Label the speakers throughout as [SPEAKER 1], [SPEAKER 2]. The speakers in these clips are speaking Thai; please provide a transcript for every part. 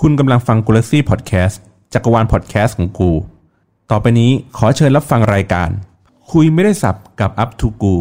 [SPEAKER 1] คุณกำลังฟังกูลซี่พอดแคสต์จักรวาลพอดแคสต์ของกู ต่อไปนี้ขอเชิญรับฟังรายการ คุยไม่ได้สับกับอัพทูกู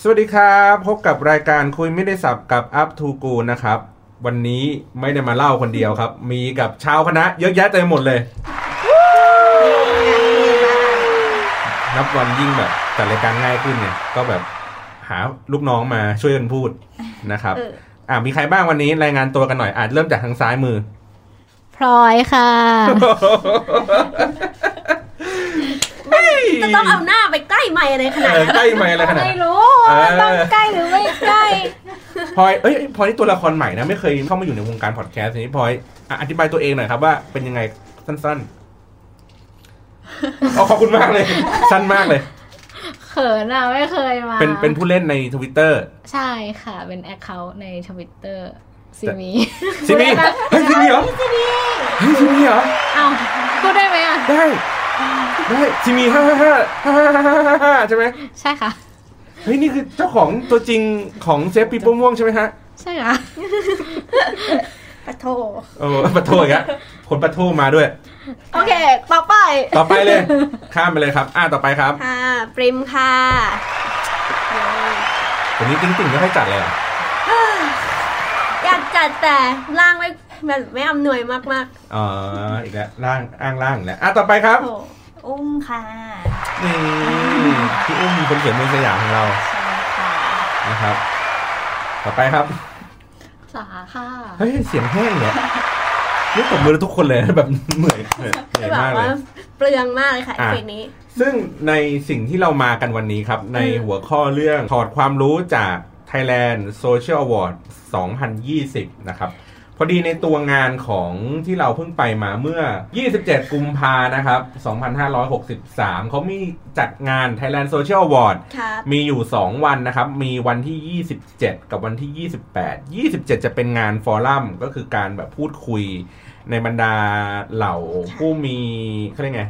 [SPEAKER 1] สวัสดีครับ พบกับรายการคุยไม่ได้สับกับอัพทูกูนะครับ วันนี้ไม่ได้มาเล่าคนเดียวครับ มีกับชาวคณะเยอะแยะเต็มไปหมดเลย นับวันยิ่งแบบแต่รายการง่ายขึ้นเนี่ย ก็แบบหาลูกน้องมาช่วยกันพูดนะครับ
[SPEAKER 2] เออ
[SPEAKER 1] อ่ามีใครบ้างวันนี้รายงานตัวกันหน่อยอาจเริ่มจากทางซ้ายมือ
[SPEAKER 2] พลอยค่ะ
[SPEAKER 3] จะต้องเอาหน้าไปใกล้ไม่อะไรขนาด
[SPEAKER 1] เออ
[SPEAKER 3] นั้น
[SPEAKER 1] ใกล้ไหมอะไรขนาด
[SPEAKER 2] ไม่
[SPEAKER 1] นั้น
[SPEAKER 2] รู้
[SPEAKER 1] เออ
[SPEAKER 2] ต้องใกล้หรือไม่ใกล้
[SPEAKER 1] พลอยเอ้ยพลอยนี่ตัวละครใหม่นะ ไม่เคยเข้ามาอยู่ในวงการพอดแคสต์ทีนี้พลอยอ่ะอธิบายตัวเองหน่อยครับว่าเป็นยังไงสั้นๆอ๋อขอบคุณมากเลย สั้นมากเลย
[SPEAKER 2] เขินอ่ะ ไม่เคยมา
[SPEAKER 1] เป็นเป็นผู้เล่นในทวิตเตอร์
[SPEAKER 2] ใช่ค่ะ เป็นแอคเคาท์ในทวิตเตอร์ซีมี
[SPEAKER 1] ซิมี่เฮ้ยซิมี่เหรอเฮ้ยซิมี่เหรอ
[SPEAKER 2] เอ้าพูดได้ไหมอ่ะ
[SPEAKER 1] ได้ได้ซิมี่ห้าห้าห้าห้าห้าห้าห้าห้าใช่ไหม
[SPEAKER 2] ใช่ค่ะ
[SPEAKER 1] เฮ้ยนี่คือเจ้าของตัวจริงของเซฟปีโป้ม่วงใช่ไหมฮะ
[SPEAKER 2] ใช่ค่ะ
[SPEAKER 3] ปะโถ
[SPEAKER 1] โอ้ปะโทอีกแล้วคนปะโทมาด้วย
[SPEAKER 3] โอเค ต่อไป
[SPEAKER 1] ต่อไปเลย ข้ามไปเลยครับ อ่าต่อไปครับ
[SPEAKER 3] ค่ะ ปริมค่ะ
[SPEAKER 1] วันนี้ติ๊งติ่งไม่ค่อยจัดเลยเหรอ
[SPEAKER 3] อยากจัดแต่ร่างไม่แบบไม่อำนวยมาก
[SPEAKER 1] อ๋ออีกแล้วร่างอ้างร่างอีกแล้วอ่ะต่อไปครับ
[SPEAKER 3] ๆโถ
[SPEAKER 4] อุ้มค่ะ
[SPEAKER 1] นี่พี่อุ้มคนเขียนเมืองสยามของเรา
[SPEAKER 4] ใช่ค่ะ
[SPEAKER 1] นะครับ ต่อไปครับ
[SPEAKER 2] สาค่ะ
[SPEAKER 1] เฮ้ยเสียงแห้งเนี่ยนี่ผมมือทุกคนเลยแบบเหนื่อยเหนื่อยเห
[SPEAKER 3] คื
[SPEAKER 1] นื่อ
[SPEAKER 3] อย แบบ
[SPEAKER 1] มากเล
[SPEAKER 3] ว่าย เปลืองมากเลยค่ะ
[SPEAKER 1] อ่ะ
[SPEAKER 3] เพลงนี้
[SPEAKER 1] ซึ่งในสิ่งที่เรามากันวันนี้ครับ ในหัวข้อเรื่องถอดความรู้จาก Thailand Social Award 2020 นะครับ พอดีในตัวงานของที่เราเพิ่งไปมาเมื่อ 27 กุมภานะครับ 2563 เขามีจัดงาน Thailand Social Award
[SPEAKER 3] ครับ
[SPEAKER 1] มีอยู่ 2 วันนะครับ มีวันที่ 27 กับวันที่ 28 27 จะเป็นงานฟอรัมก็คือการแบบพูดคุยในบรรดาเหล่าผู้มีเขาเรียกไง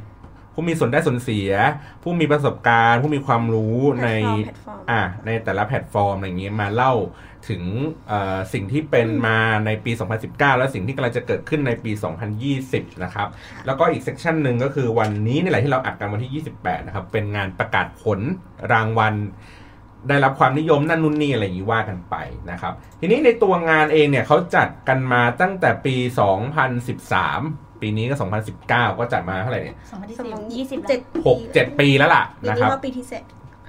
[SPEAKER 1] ผู้มีส่วนได้ส่วนเสีย ผู้มีประสบการณ์ ผู้มีความรู้ใน
[SPEAKER 3] แพลตฟอร์ม
[SPEAKER 1] อ่ะในแต่ละแพลตฟอร์มอะไรอย่างเงี้ยมาเล่าถึงเอ่อสิ่งที่เป็นมาในปี 2019 และสิ่งที่กำลังจะเกิดขึ้นในปี 2020 นะครับ แล้วก็อีกเซกชันหนึ่งก็คือวันนี้นี่แหละที่เราอัดกันวันที่ 28 นะครับ เป็นงานประกาศผลรางวัล ได้รับความนิยมนั่นนู่นนี่อะไรอย่างนี้ว่ากันไปนะครับ ทีนี้ในตัวงานเองเนี่ยเขาจัดกันมาตั้งแต่ปี 2013 ปีนี้ก็ 2019 ก็จัดมาเท่าไหร่เนี่ย
[SPEAKER 4] สองพัน
[SPEAKER 3] สมอง
[SPEAKER 4] ยี่สิบ
[SPEAKER 3] เจ็ด
[SPEAKER 1] หกเจ็ดปีแล้วล่ะ
[SPEAKER 3] ปี
[SPEAKER 1] นะค
[SPEAKER 3] นี้
[SPEAKER 1] รับ
[SPEAKER 3] ว่าปีที่เจ็ด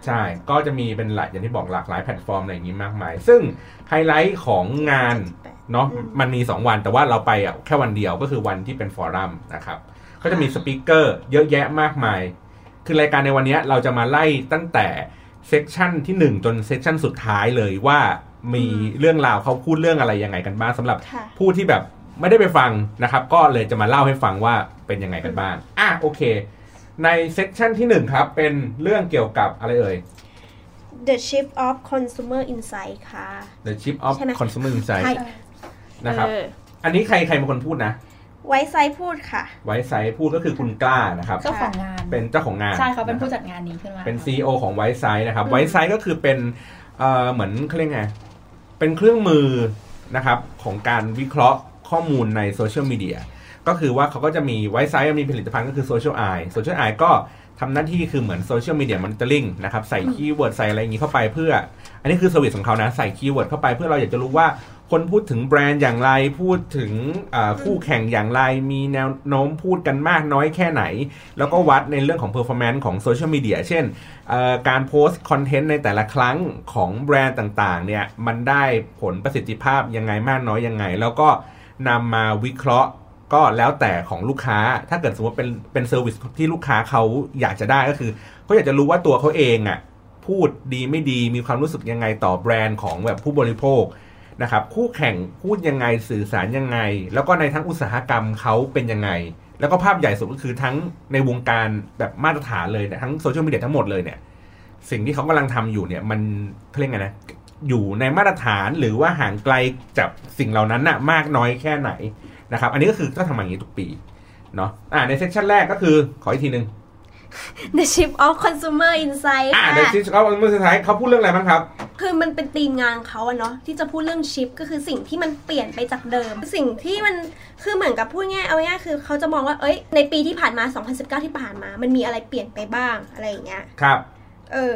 [SPEAKER 1] ใช่ ก็จะมีเป็นหลายอย่างที่บอกหลากหลายแพลตฟอร์มอะไรอย่างนี้มากมาย ซึ่งไฮไลท์ของงาน
[SPEAKER 3] แปด
[SPEAKER 1] เนาะ
[SPEAKER 3] อืม
[SPEAKER 1] มันมี 2 วัน แต่ว่าเราไปอ่ะแค่วันเดียวก็คือวันที่เป็นฟอรัมนะครับ ก็จะมีสปิเกอร์เยอะแยะมากมาย คือรายการในวันเนี้ยเราจะมาไล่ตั้งแต่เซกชันที่ 1 จนเซกชันสุดท้ายเลยว่ามีเรื่องราวเขาพูดเรื่องอะไรยังไงกันบ้างสำหรับ
[SPEAKER 3] ค่ะ
[SPEAKER 1] ผู้ที่แบบไม่ได้ไปฟังนะครับ ก็เลยจะมาเล่าให้ฟังว่าเป็นยังไงกันบ้าง อ่ะโอเค ในเซกชันที่หนึ่งครับ เป็นเรื่องเกี่ยวกับอะไรเอ่ย
[SPEAKER 3] The Ship of Consumer Insight ค่ะ
[SPEAKER 1] The Chip of
[SPEAKER 3] ใช่ไหม
[SPEAKER 1] Consumer
[SPEAKER 3] ใช่
[SPEAKER 1] Insight นะครับ
[SPEAKER 3] เออ
[SPEAKER 1] อันนี้ใครใครเป็นคนพูดนะ
[SPEAKER 3] ไว้ไซด์พูดค่ะ
[SPEAKER 1] ไว้ไซพูดก็คือคุณกล้านะครับ
[SPEAKER 4] เจ้าของงาน
[SPEAKER 1] เป็นเจ้าของงาน
[SPEAKER 4] ใช่เขาเป็น
[SPEAKER 1] ะครั
[SPEAKER 4] ผู้
[SPEAKER 1] บ
[SPEAKER 4] จัดงานนี้ขึ้นมา
[SPEAKER 1] เป็น
[SPEAKER 4] ค่ะ
[SPEAKER 1] CEO ของไว้ไซนะครับ
[SPEAKER 3] อืม
[SPEAKER 1] ไว้ไซก็คือเป็นเอ่อเหมือนเขาเรียกไง เป็นเครื่องมือนะครับของการวิเคราะห์ข้อมูลในโซเชียลมีเดีย ก็คือว่าเขาก็จะมีไว้ไซต์มีผลิตภัณฑ์ก็คือโซเชียลไอโซเชียลไอก็ทำหน้าที่คือเหมือนโซเชียลมีเดียมอนเตอร์ลิงนะครับ ใส่คีย์เวิร์ดใส่อะไรอย่างนี้เข้าไปเพื่อ อันนี้คือสวิตของเขานะ ใส่คีย์เวิร์ดเข้าไปเพื่อเราอยากจะรู้ว่าคนพูดถึงแบรนด์อย่างไรพูดถึงเอ่อคู่แข่งอย่างไร มีแนวโน้มพูดกันมากน้อยแค่ไหน แล้วก็วัดในเรื่องของ performance ของโซเชียลมีเดียเช่น เอ่อการโพสต์คอนเทนต์ในแต่ละครั้งของแบรนด์ต่างๆเนี่ยมันได้ผลประสิทธิภาพยังไงมากน้อยยังไง แล้วก็นำมาวิเคราะห์ก็แล้วแต่ของลูกค้า ถ้าเกิดสมมติเป็นเป็นเซอร์วิสที่ลูกค้าเขาอยากจะได้ก็คือเขาอยากจะรู้ว่าตัวเขาเองอะ่ะพูดดีไม่ดีมีความรู้สึกยังไงต่อแบรนด์ของแบบผู้บริโภคนะครับคู่แข่งพูดยังไงสื่อสารยังไง แล้วก็ในทั้งอุตสาหกรรมเขาเป็นยังไง แล้วก็ภาพใหญ่สุดก็คือทั้งในวงการแบบมาตรฐานเลยเนี่ยทั้งโซเชียลมีเดียทั้งหมดเลยเนี่ย สิ่งที่เขากำลังทำอยู่เนี่ยมันเขาเรียกไงนะ อยู่ในมาตรฐานหรือว่าห่างไกลจากสิ่งเหล่านั้นน่ะมากน้อยแค่ไหนนะครับ อันนี้ก็คือก็ทำอย่างนี้ทุกปีเนาะอ่าในเซสชันแรกก็คือขออีกทีหนึ่ง
[SPEAKER 3] The Ship of Consumer Insight
[SPEAKER 1] อ่า
[SPEAKER 3] ค่ะ
[SPEAKER 1] เดี๋ยวที่เขาเมื่อสุดท้ายเขาพูดเรื่องอะไรบ้างครับ
[SPEAKER 3] คือมันเป็นธีมงานเขาอะเนาะที่จะพูดเรื่องชิปก็คือสิ่งที่มันเปลี่ยนไปจากเดิม สิ่งที่มันคือเหมือนกับพูดง่ายเอาง่ายๆคือเขาจะมองว่าเอ้ยในปีที่ผ่านมา 2019 ที่ผ่านมา มันมีอะไรเปลี่ยนไปบ้างอะไรอย่างเงี้ย
[SPEAKER 1] ครับ
[SPEAKER 3] เออ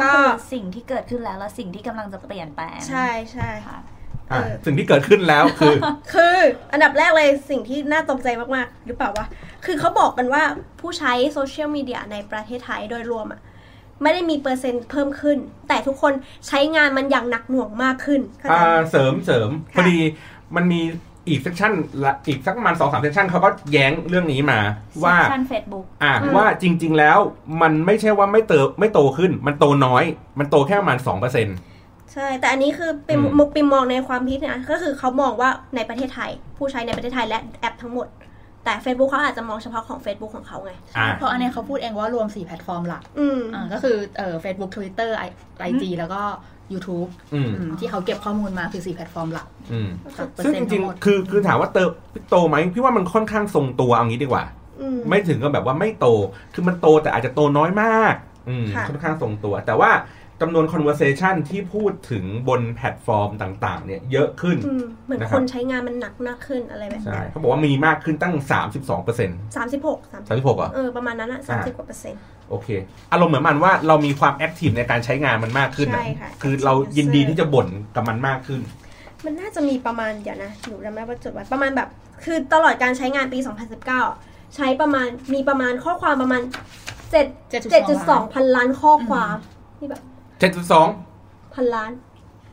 [SPEAKER 4] ก็
[SPEAKER 3] ก็
[SPEAKER 4] คือสิ่งที่เกิดขึ้นแล้วและสิ่งที่กำลังจะเปลี่ยนแปลง
[SPEAKER 3] ใช่ใช่
[SPEAKER 4] ค่ะ
[SPEAKER 1] อ่าสิ่งที่เกิดขึ้นแล้วคือ
[SPEAKER 3] คืออันดับแรกเลยสิ่งที่น่าตกใจมากๆ หรือเปล่าวะคือเขาบอกกันว่าผู้ใช้โซเชียลมีเดียในประเทศไทยโดยรวมอะไม่ได้มีเปอร์เซ็นต์เพิ่มขึ้น แต่ทุกคนใช้งานมันอย่างหนักหน่วงมากขึ้นเข้าใจ
[SPEAKER 1] อ่า
[SPEAKER 3] ไหม
[SPEAKER 1] เสริมเสริม
[SPEAKER 3] ค่ะ
[SPEAKER 1] พอดีมันมีอีกเซกชันละอีกสักประมาณสองสามเซกชันเขาก็แย้งเรื่องนี้มาว่า
[SPEAKER 4] ชั้นเฟซบุ๊ก
[SPEAKER 1] อ่า
[SPEAKER 3] อืม
[SPEAKER 1] ว่าจริง ๆแล้วมันไม่ใช่ว่าไม่เติบไม่โตขึ้น มันโตน้อย มันโตแค่ประมาณสองเปอร์เซ็นต์
[SPEAKER 3] ใช่ แต่อันนี้คือเป็น
[SPEAKER 1] อืม
[SPEAKER 3] มุกปิมมองในความคิดนะ ก็คือเขามองว่าในประเทศไทย ผู้ใช้ในประเทศไทยและแอปทั้งหมด แต่ Facebook เขาอาจจะมองเฉพาะของ Facebook ของเขาไง
[SPEAKER 1] อ่า
[SPEAKER 5] เพราะอันเนี้ยเขาพูดเองว่ารวม 4 แพลตฟอร์มหลัก
[SPEAKER 3] อืม
[SPEAKER 5] อ่าก็คือเอ่อ Facebook Twitter ไอจีแล้วก็ YouTube
[SPEAKER 1] อืม
[SPEAKER 5] อืมที่เขาเก็บข้อมูลมาคือ 4 แพลตฟอร์มหลัก
[SPEAKER 1] อืม
[SPEAKER 5] จากเปอร์
[SPEAKER 1] ซึ่ง
[SPEAKER 5] เซ็น
[SPEAKER 1] จ
[SPEAKER 5] ต์
[SPEAKER 1] ริ
[SPEAKER 5] ทั้
[SPEAKER 1] ง
[SPEAKER 5] งหมด
[SPEAKER 1] ๆคือคือถามว่าเติบโตไหมพี่ว่ามันค่อนข้างทรงตัวเอางี้ดีกว่า
[SPEAKER 3] อืม
[SPEAKER 1] ไม่ถึงกับแบบว่าไม่โต คือมันโตแต่อาจจะโตน้อยมาก อืม
[SPEAKER 3] ค่ะ
[SPEAKER 1] ค่อนข้างทรงตัว แต่ว่าจำนวน conversation ที่พูดถึงบนแพลตฟอร์มต่าง ๆ เนี่ยเยอะขึ้น
[SPEAKER 3] อืม เหมือน
[SPEAKER 1] นะครับ
[SPEAKER 3] คนใช้งานมันหนักมากขึ้นอะไรแบบ
[SPEAKER 1] ใช่เขาบอกว่ามีมากขึ้นตั้ง 32เปอร์เซ็นต์
[SPEAKER 3] สามสิบหกสาม
[SPEAKER 1] สามสิบหกอ่ะ
[SPEAKER 3] เออ ประมาณนั้นอะสาม
[SPEAKER 1] อ่า
[SPEAKER 3] สิบกว่าเปอร์เซ็นต์
[SPEAKER 1] โอเค อารมณ์เหมือนมันว่าเรามีความแอคทีฟในการใช้งานมันมากขึ้นอ
[SPEAKER 3] ใช่ค่ะ
[SPEAKER 1] คือเรา
[SPEAKER 3] active user
[SPEAKER 1] ยินดีที่จะบ่นกับมันมากขึ้น
[SPEAKER 3] มันน่าจะมีประมาณเดี๋ยวนะหนูจำไม่ได้ว่าจดไว้ประมาณแบบ คือตลอดการใช้งานปี 2019 ใช้ประมาณมีประมาณข้อความประมาณ7 7.2พันล้านข้อความนี่แบบ
[SPEAKER 1] 7.2
[SPEAKER 3] พันล้าน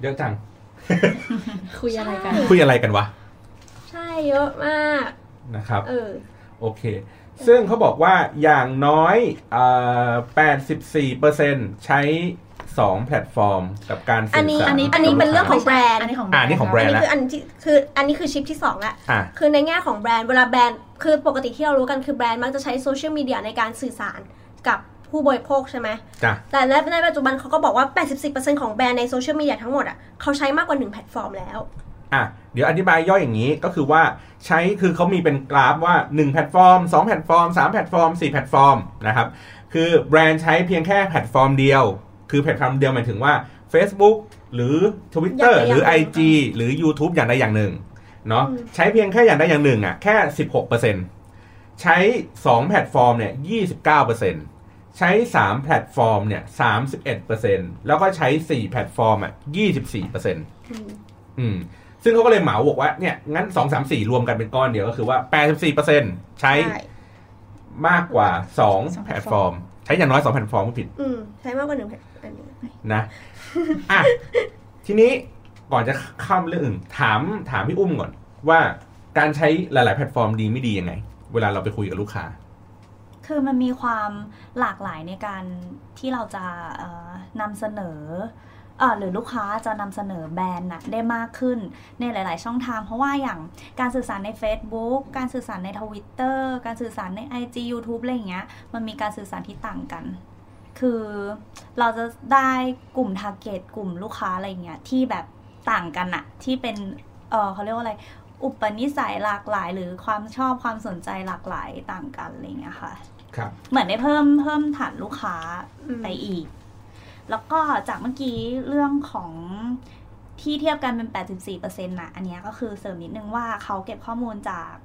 [SPEAKER 1] เยอะจัง
[SPEAKER 5] คุยอะไรกัน
[SPEAKER 1] คุยอะไรกันวะ
[SPEAKER 3] ใช่เยอะมาก
[SPEAKER 1] นะครับ
[SPEAKER 3] เออ
[SPEAKER 1] โอเค ซึ่งเขาบอกว่าอย่างน้อยเอ่อ84%ใช้ 2 แพลตฟอร์ม กับการสื่อสาร
[SPEAKER 3] อันนี้อันนี้อันนี้เป็นเรื่องของ แบรนด์
[SPEAKER 5] อันนี้ของ
[SPEAKER 1] อ่านี่ของแบรนด์
[SPEAKER 3] อัน
[SPEAKER 1] แล้ว
[SPEAKER 3] นี้คืออันที่คืออันนี้คือชิปที่สองละ
[SPEAKER 1] อ่ะ
[SPEAKER 3] คือในแง่ของแบรนด์เวลาแบรนด์คือปกติที่เรารู้กันคือแบรนด์มักจะใช้โซเชียลมีเดียในการสื่อสารกับผู้บริโภคใช่ไหม
[SPEAKER 1] จ้ะ
[SPEAKER 3] แต่และในปัจจุบันเขาก็บอกว่า 84%ของแบรนด์ในโซเชียลมีเดียทั้งหมดอ่ะเขาใช้มากกว่า 1 แพลตฟอร์มแล้ว
[SPEAKER 1] อ่ะ เดี๋ยวอธิบายย่อยอย่างนี้ก็คือว่าใช้คือเขามีเป็นกราฟว่า 1 แพลตฟอร์ม 2 แพลตฟอร์ม 3 แพลตฟอร์ม 4 แพลตฟอร์มนะครับ คือแบรนด์ใช้เพียงแค่แพลตฟอร์มเดียว คือแพลตฟอร์มเดียวหมายถึงว่า Facebook หรือ Twitter
[SPEAKER 3] อย่างใด
[SPEAKER 1] หรือ
[SPEAKER 3] อย่างหนึ่ง
[SPEAKER 1] IG หรือ YouTube อย่างใดอย่างหนึ่งเนาะ
[SPEAKER 3] อืม
[SPEAKER 1] ใช้เพียงแค่อย่างใดอย่างหนึ่งอ่ะแค่ 16%ใช้ 2 แพลตฟอร์มเนี่ย29%ใช้ 3 แพลตฟอร์มเนี่ย31%แล้วก็ใช้ 4 แพลตฟอร์มอ่ะ24%
[SPEAKER 3] อืม
[SPEAKER 1] อืมซึ่งเขาก็เลยเหมาบอกว่าเนี่ยงั้นสองสามสี่รวมกันเป็นก้อนเดียวก็คือว่าแปดสิบสี่เปอร์เซ็นใช้
[SPEAKER 3] ใช่
[SPEAKER 1] มากกว่าสองแพลตฟอร์ม ใช้อย่างน้อยสองแพลตฟอร์มก็ผิด
[SPEAKER 3] อืมใช้มากกว่าหนึ่งแพลตอันนี้
[SPEAKER 1] นะ อ่ะ ทีนี้ก่อนจะข้ามเรื่องอื่นถามถามพี่อุ้มก่อน ว่าการใช้หลาย ๆ แพลตฟอร์มดีไม่ดียังไง เวลาเราไปคุยกับลูกค้า
[SPEAKER 4] คือมันมีความหลากหลายในการที่เราจะเอ่อนำเสนอเอ่อหรือลูกค้าจะนำเสนอแบรนด์นะได้มากขึ้นในหลาย ๆ ช่องทาง เพราะว่าอย่างการสื่อสารใน Facebook การสื่อสารใน Twitter การสื่อสารใน IG YouTube อะไรอย่างเงี้ยมันมีการสื่อสารที่ต่างกัน คือเราจะได้กลุ่มทาร์เก็ตกลุ่มลูกค้าอะไรอย่างเงี้ยที่แบบต่างกันอะที่เป็นเออเขาเรียกว่าอะไร อุปนิสัยหลากหลาย หรือความชอบความสนใจหลากหลายต่างกันอะไรอย่างเงี้ยค่ะ
[SPEAKER 1] ครับ
[SPEAKER 4] เหมือนได้เพิ่มเพิ่มฐานลูกค้า
[SPEAKER 3] อืม
[SPEAKER 4] ไปอีก แล้วก็จากเมื่อกี้เรื่องของที่เทียบกันเป็น 84%นะอันเนี้ยก็คือเสริมนิดนึงว่าเขาเก็บข้อมูลจาก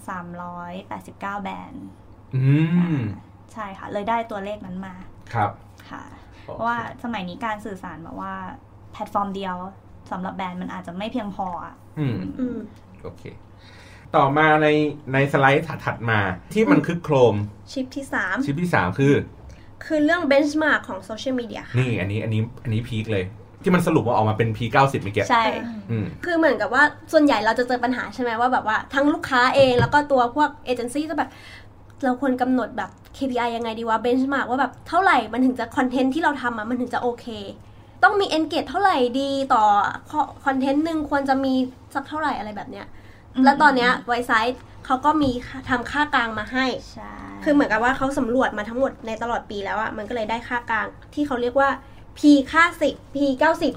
[SPEAKER 4] 1,389 แบรนด์
[SPEAKER 1] อืม
[SPEAKER 4] ใช่ค่ะ เลยได้ตัวเลขนั้นมา
[SPEAKER 1] ครับ
[SPEAKER 4] ค่ะ เพราะว่าสมัยนี้การสื่อสารแบบว่าแพลตฟอร์มเดียวสำหรับแบรนด์มันอาจจะไม่เพียงพออะ
[SPEAKER 1] อืม
[SPEAKER 3] อืม
[SPEAKER 1] โอเค ต่อมาในในสไลด์ถัดๆมา ที่มันคึกโครม
[SPEAKER 3] ชิปที่
[SPEAKER 1] ชิ้นที่สามคือ
[SPEAKER 3] 3 คือเรื่องเบนช์มาร์กของโซเชียลมีเดียค่ะ
[SPEAKER 1] นี่อันนี้อันนี้อันนี้พีคเลย ที่มันสรุปว่าออกมาเป็น P90 เมื่อกี้
[SPEAKER 4] ใช่
[SPEAKER 1] อืม
[SPEAKER 3] คือเหมือนกับว่าส่วนใหญ่เราจะเจอปัญหาใช่ไหมว่าแบบว่าทั้งลูกค้าเองแล้วก็ตัวพวกเอเจนซี่ก็แบบ เราควรกำหนดแบบ KPI ยังไงดีวะเบนช์มาร์กว่าแบบเท่าไหร่มันถึงจะคอนเทนต์ที่เราทำอะมันถึงจะโอเค ต้องมี engage เท่าไหร่ดีต่อคอนเทนต์หนึ่งควรจะมีสักเท่าไหร่อะไรแบบเนี้ย แล้วตอนเนี้ยไวซ์ไซต์ เขาก็มีทำค่ากลางมาให้
[SPEAKER 4] ใช่
[SPEAKER 3] คือเหมือนกับว่าเขาสำรวจมาทั้งหมดในตลอดปีแล้วอะมันก็เลยได้ค่ากลางที่เขาเรียกว่า P ค่าสิบ P เก้าสิบ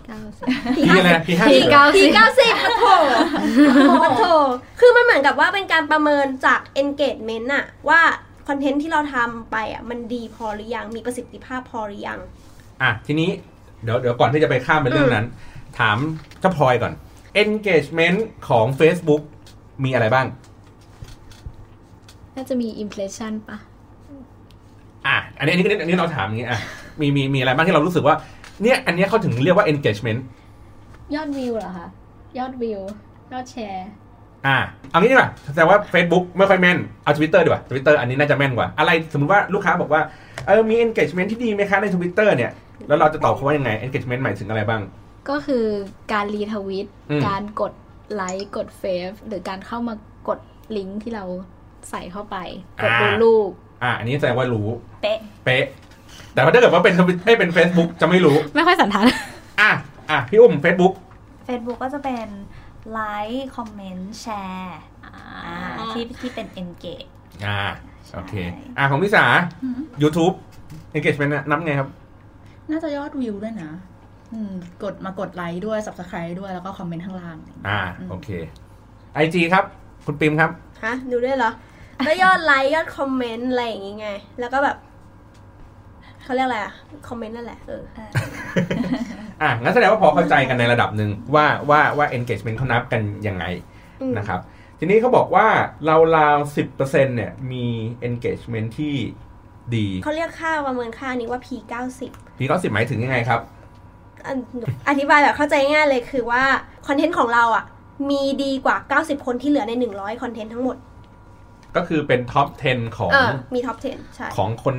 [SPEAKER 2] เก้าสิบ
[SPEAKER 1] พี่อะไร
[SPEAKER 3] P
[SPEAKER 1] พี่ห้า
[SPEAKER 2] พี่
[SPEAKER 1] สิบ
[SPEAKER 2] เก้า
[SPEAKER 3] P เก้าสิบโอ้โถโอ้โถคือมันเหมือนกับว่าเป็นการประเมินจาก engagement อะว่าคอนเทนต์ที่เราทำไปอะมันดีพอหรือยัง มีประสิทธิภาพพอหรือยัง
[SPEAKER 1] อ่ะทีนี้เดี๋ยวเดี๋ยวก่อนที่จะไปข้ามไปเรื่องนั้น ถามเจ้าพลอยก่อน engagement ของ Facebook มีอะไรบ้าง
[SPEAKER 2] น่าจะมี impression ปะ
[SPEAKER 1] อ่ะอันนี้อันนี้อันนี้เราถามอย่างงี้อ่ะมีมีมีอะไรบ้างที่เรารู้สึกว่าเนี่ยอันเนี้ยเขาถึงเรียกว่า engagement
[SPEAKER 2] ยอดวิวเหรอคะยอดวิว ยอดแชร์
[SPEAKER 1] อ่ะเอางี้ดีกว่าแสดงว่า Facebook ไม่ค่อยแม่น เอา Twitter ดีกว่า Twitter อันนี้น่าจะแม่นกว่า อะไรสมมติว่าลูกค้าบอกว่าเออมี engagement ที่ดีไหมคะใน Twitter เนี่ย แล้วเราจะตอบเขาว่ายังไง engagement หมายถึงอะไรบ้าง
[SPEAKER 2] ก็คือการรีทวิต
[SPEAKER 1] อืม
[SPEAKER 2] การกดไลค์กดเฟซหรือการเข้ามากดลิงก์ที่เราใส่เข้าไป กดดูรูป
[SPEAKER 1] อ่ะอันนี้แสดงว่ารู้
[SPEAKER 4] เป๊ะ
[SPEAKER 1] เป๊ะ แต่ว่าถ้าเกิดว่าเป็น Twitter ให้เป็น Facebook จะไม่รู้
[SPEAKER 2] ไม่ค่อยสันทัด
[SPEAKER 1] อ่ะอ่ะพี่อุ้ม Facebook
[SPEAKER 4] Facebook ก็จะเป็นไลค์คอมเมนต์แชร์ที่ที่เป็น engage
[SPEAKER 1] อ่ะโอเค
[SPEAKER 4] ใช่
[SPEAKER 1] อ่ะของพี่สา YouTube engagement น่ะนับไงครับ
[SPEAKER 5] น่าจะยอดวิวด้วยนะ อืม กดมากดไลค์ด้วย subscribe ด้วยแล้วก็คอมเมนต์ข้างล่าง
[SPEAKER 1] อ่าโอเคไอจีครับ คุณปิมครับ
[SPEAKER 3] ฮะ ดูด้วยเหรอ ก็ยอดไลค์ ยอดคอมเมนต์ อะไรอย่างงี้ไง แล้วก็แบบเขาเรียกอะไรอะคอมเมนต์นั่นแหละเออ
[SPEAKER 1] อ่ะงั้นแสดงว่าพอเข้าใจกันในระดับหนึ่งว่าว่าว่า engagement เขานับกันยังไง
[SPEAKER 3] อืม
[SPEAKER 1] นะครับ ทีนี้เขาบอกว่าเราราวสิบเปอร์เซ็นเนี่ยมี engagement ที่ดี
[SPEAKER 3] เขาเรียกค่าประเมินค่านี้ว่า P 9 0
[SPEAKER 1] พี่เขาสิบหมายถึงยังไงครับ
[SPEAKER 3] อันอธิบายแบบเข้าใจง่ายเลยคือว่า คอนเทนต์ของเราอะมีดีกว่า 90 คนที่เหลือใน 100 คอนเทนต์ทั้งหมด
[SPEAKER 1] ก็คือเป็น top 10 ของ
[SPEAKER 3] เออ มีท็อป 10 ใช่
[SPEAKER 1] ของคน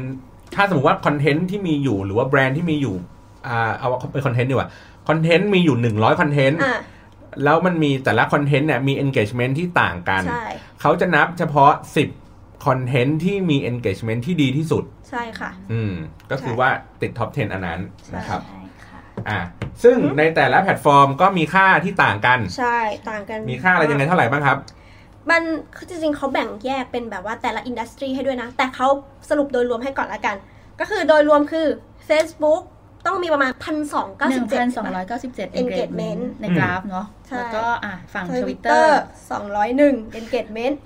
[SPEAKER 1] ถ้าสมมติว่าคอนเทนต์ที่มีอยู่หรือว่าแบรนด์ที่มีอยู่อ่าเอาเป็นคอนเทนต์ดีกว่าคอนเทนต์มีอยู่ 100คอนเทนต์
[SPEAKER 3] อ่ะ
[SPEAKER 1] แล้วมันมีแต่ละคอนเทนต์เนี่ยมี engagement ที่ต่างกัน
[SPEAKER 3] ใช่
[SPEAKER 1] เขาจะนับเฉพาะ 10 คอนเทนต์ที่มี engagement ที่ดีที่สุด
[SPEAKER 3] ใช่ค่ะ
[SPEAKER 1] อืม ก็คือ
[SPEAKER 3] ใช่
[SPEAKER 1] ว่าติดท็อป 10 อันนั้น
[SPEAKER 3] ใช่
[SPEAKER 1] นะครับ
[SPEAKER 4] ใช่ค่ะ
[SPEAKER 1] อ่า ซึ่งในแต่ละแพลตฟอร์มก็มีค่าที่ต่างกัน
[SPEAKER 3] ใช่ ต่างกัน
[SPEAKER 1] มีค่าอะไรยังไงเท่าไหร่บ้างครับ
[SPEAKER 3] มันคือจริงๆเขาแบ่งแยกเป็นแบบว่าแต่ละอินดัสทรีให้ด้วยนะ แต่เขาสรุปโดยรวมให้ก่อนละกัน ก็คือโดยรวมคือ Facebook ต้องมีประมาณ
[SPEAKER 5] หนึ่งพันสอง
[SPEAKER 3] 1,297
[SPEAKER 5] ร้อยเก้าสิบเจ็ด
[SPEAKER 3] engagement
[SPEAKER 5] engagement ในกราฟเนาะ
[SPEAKER 3] ใช่
[SPEAKER 5] แล้วก็อ่ะฝั่งท
[SPEAKER 3] ท
[SPEAKER 5] วิ
[SPEAKER 3] วิ
[SPEAKER 5] ต
[SPEAKER 3] ต
[SPEAKER 5] เต
[SPEAKER 3] เต
[SPEAKER 5] อ
[SPEAKER 3] อ
[SPEAKER 5] ร์
[SPEAKER 3] ร์สองร้อยหนึ่ง engagement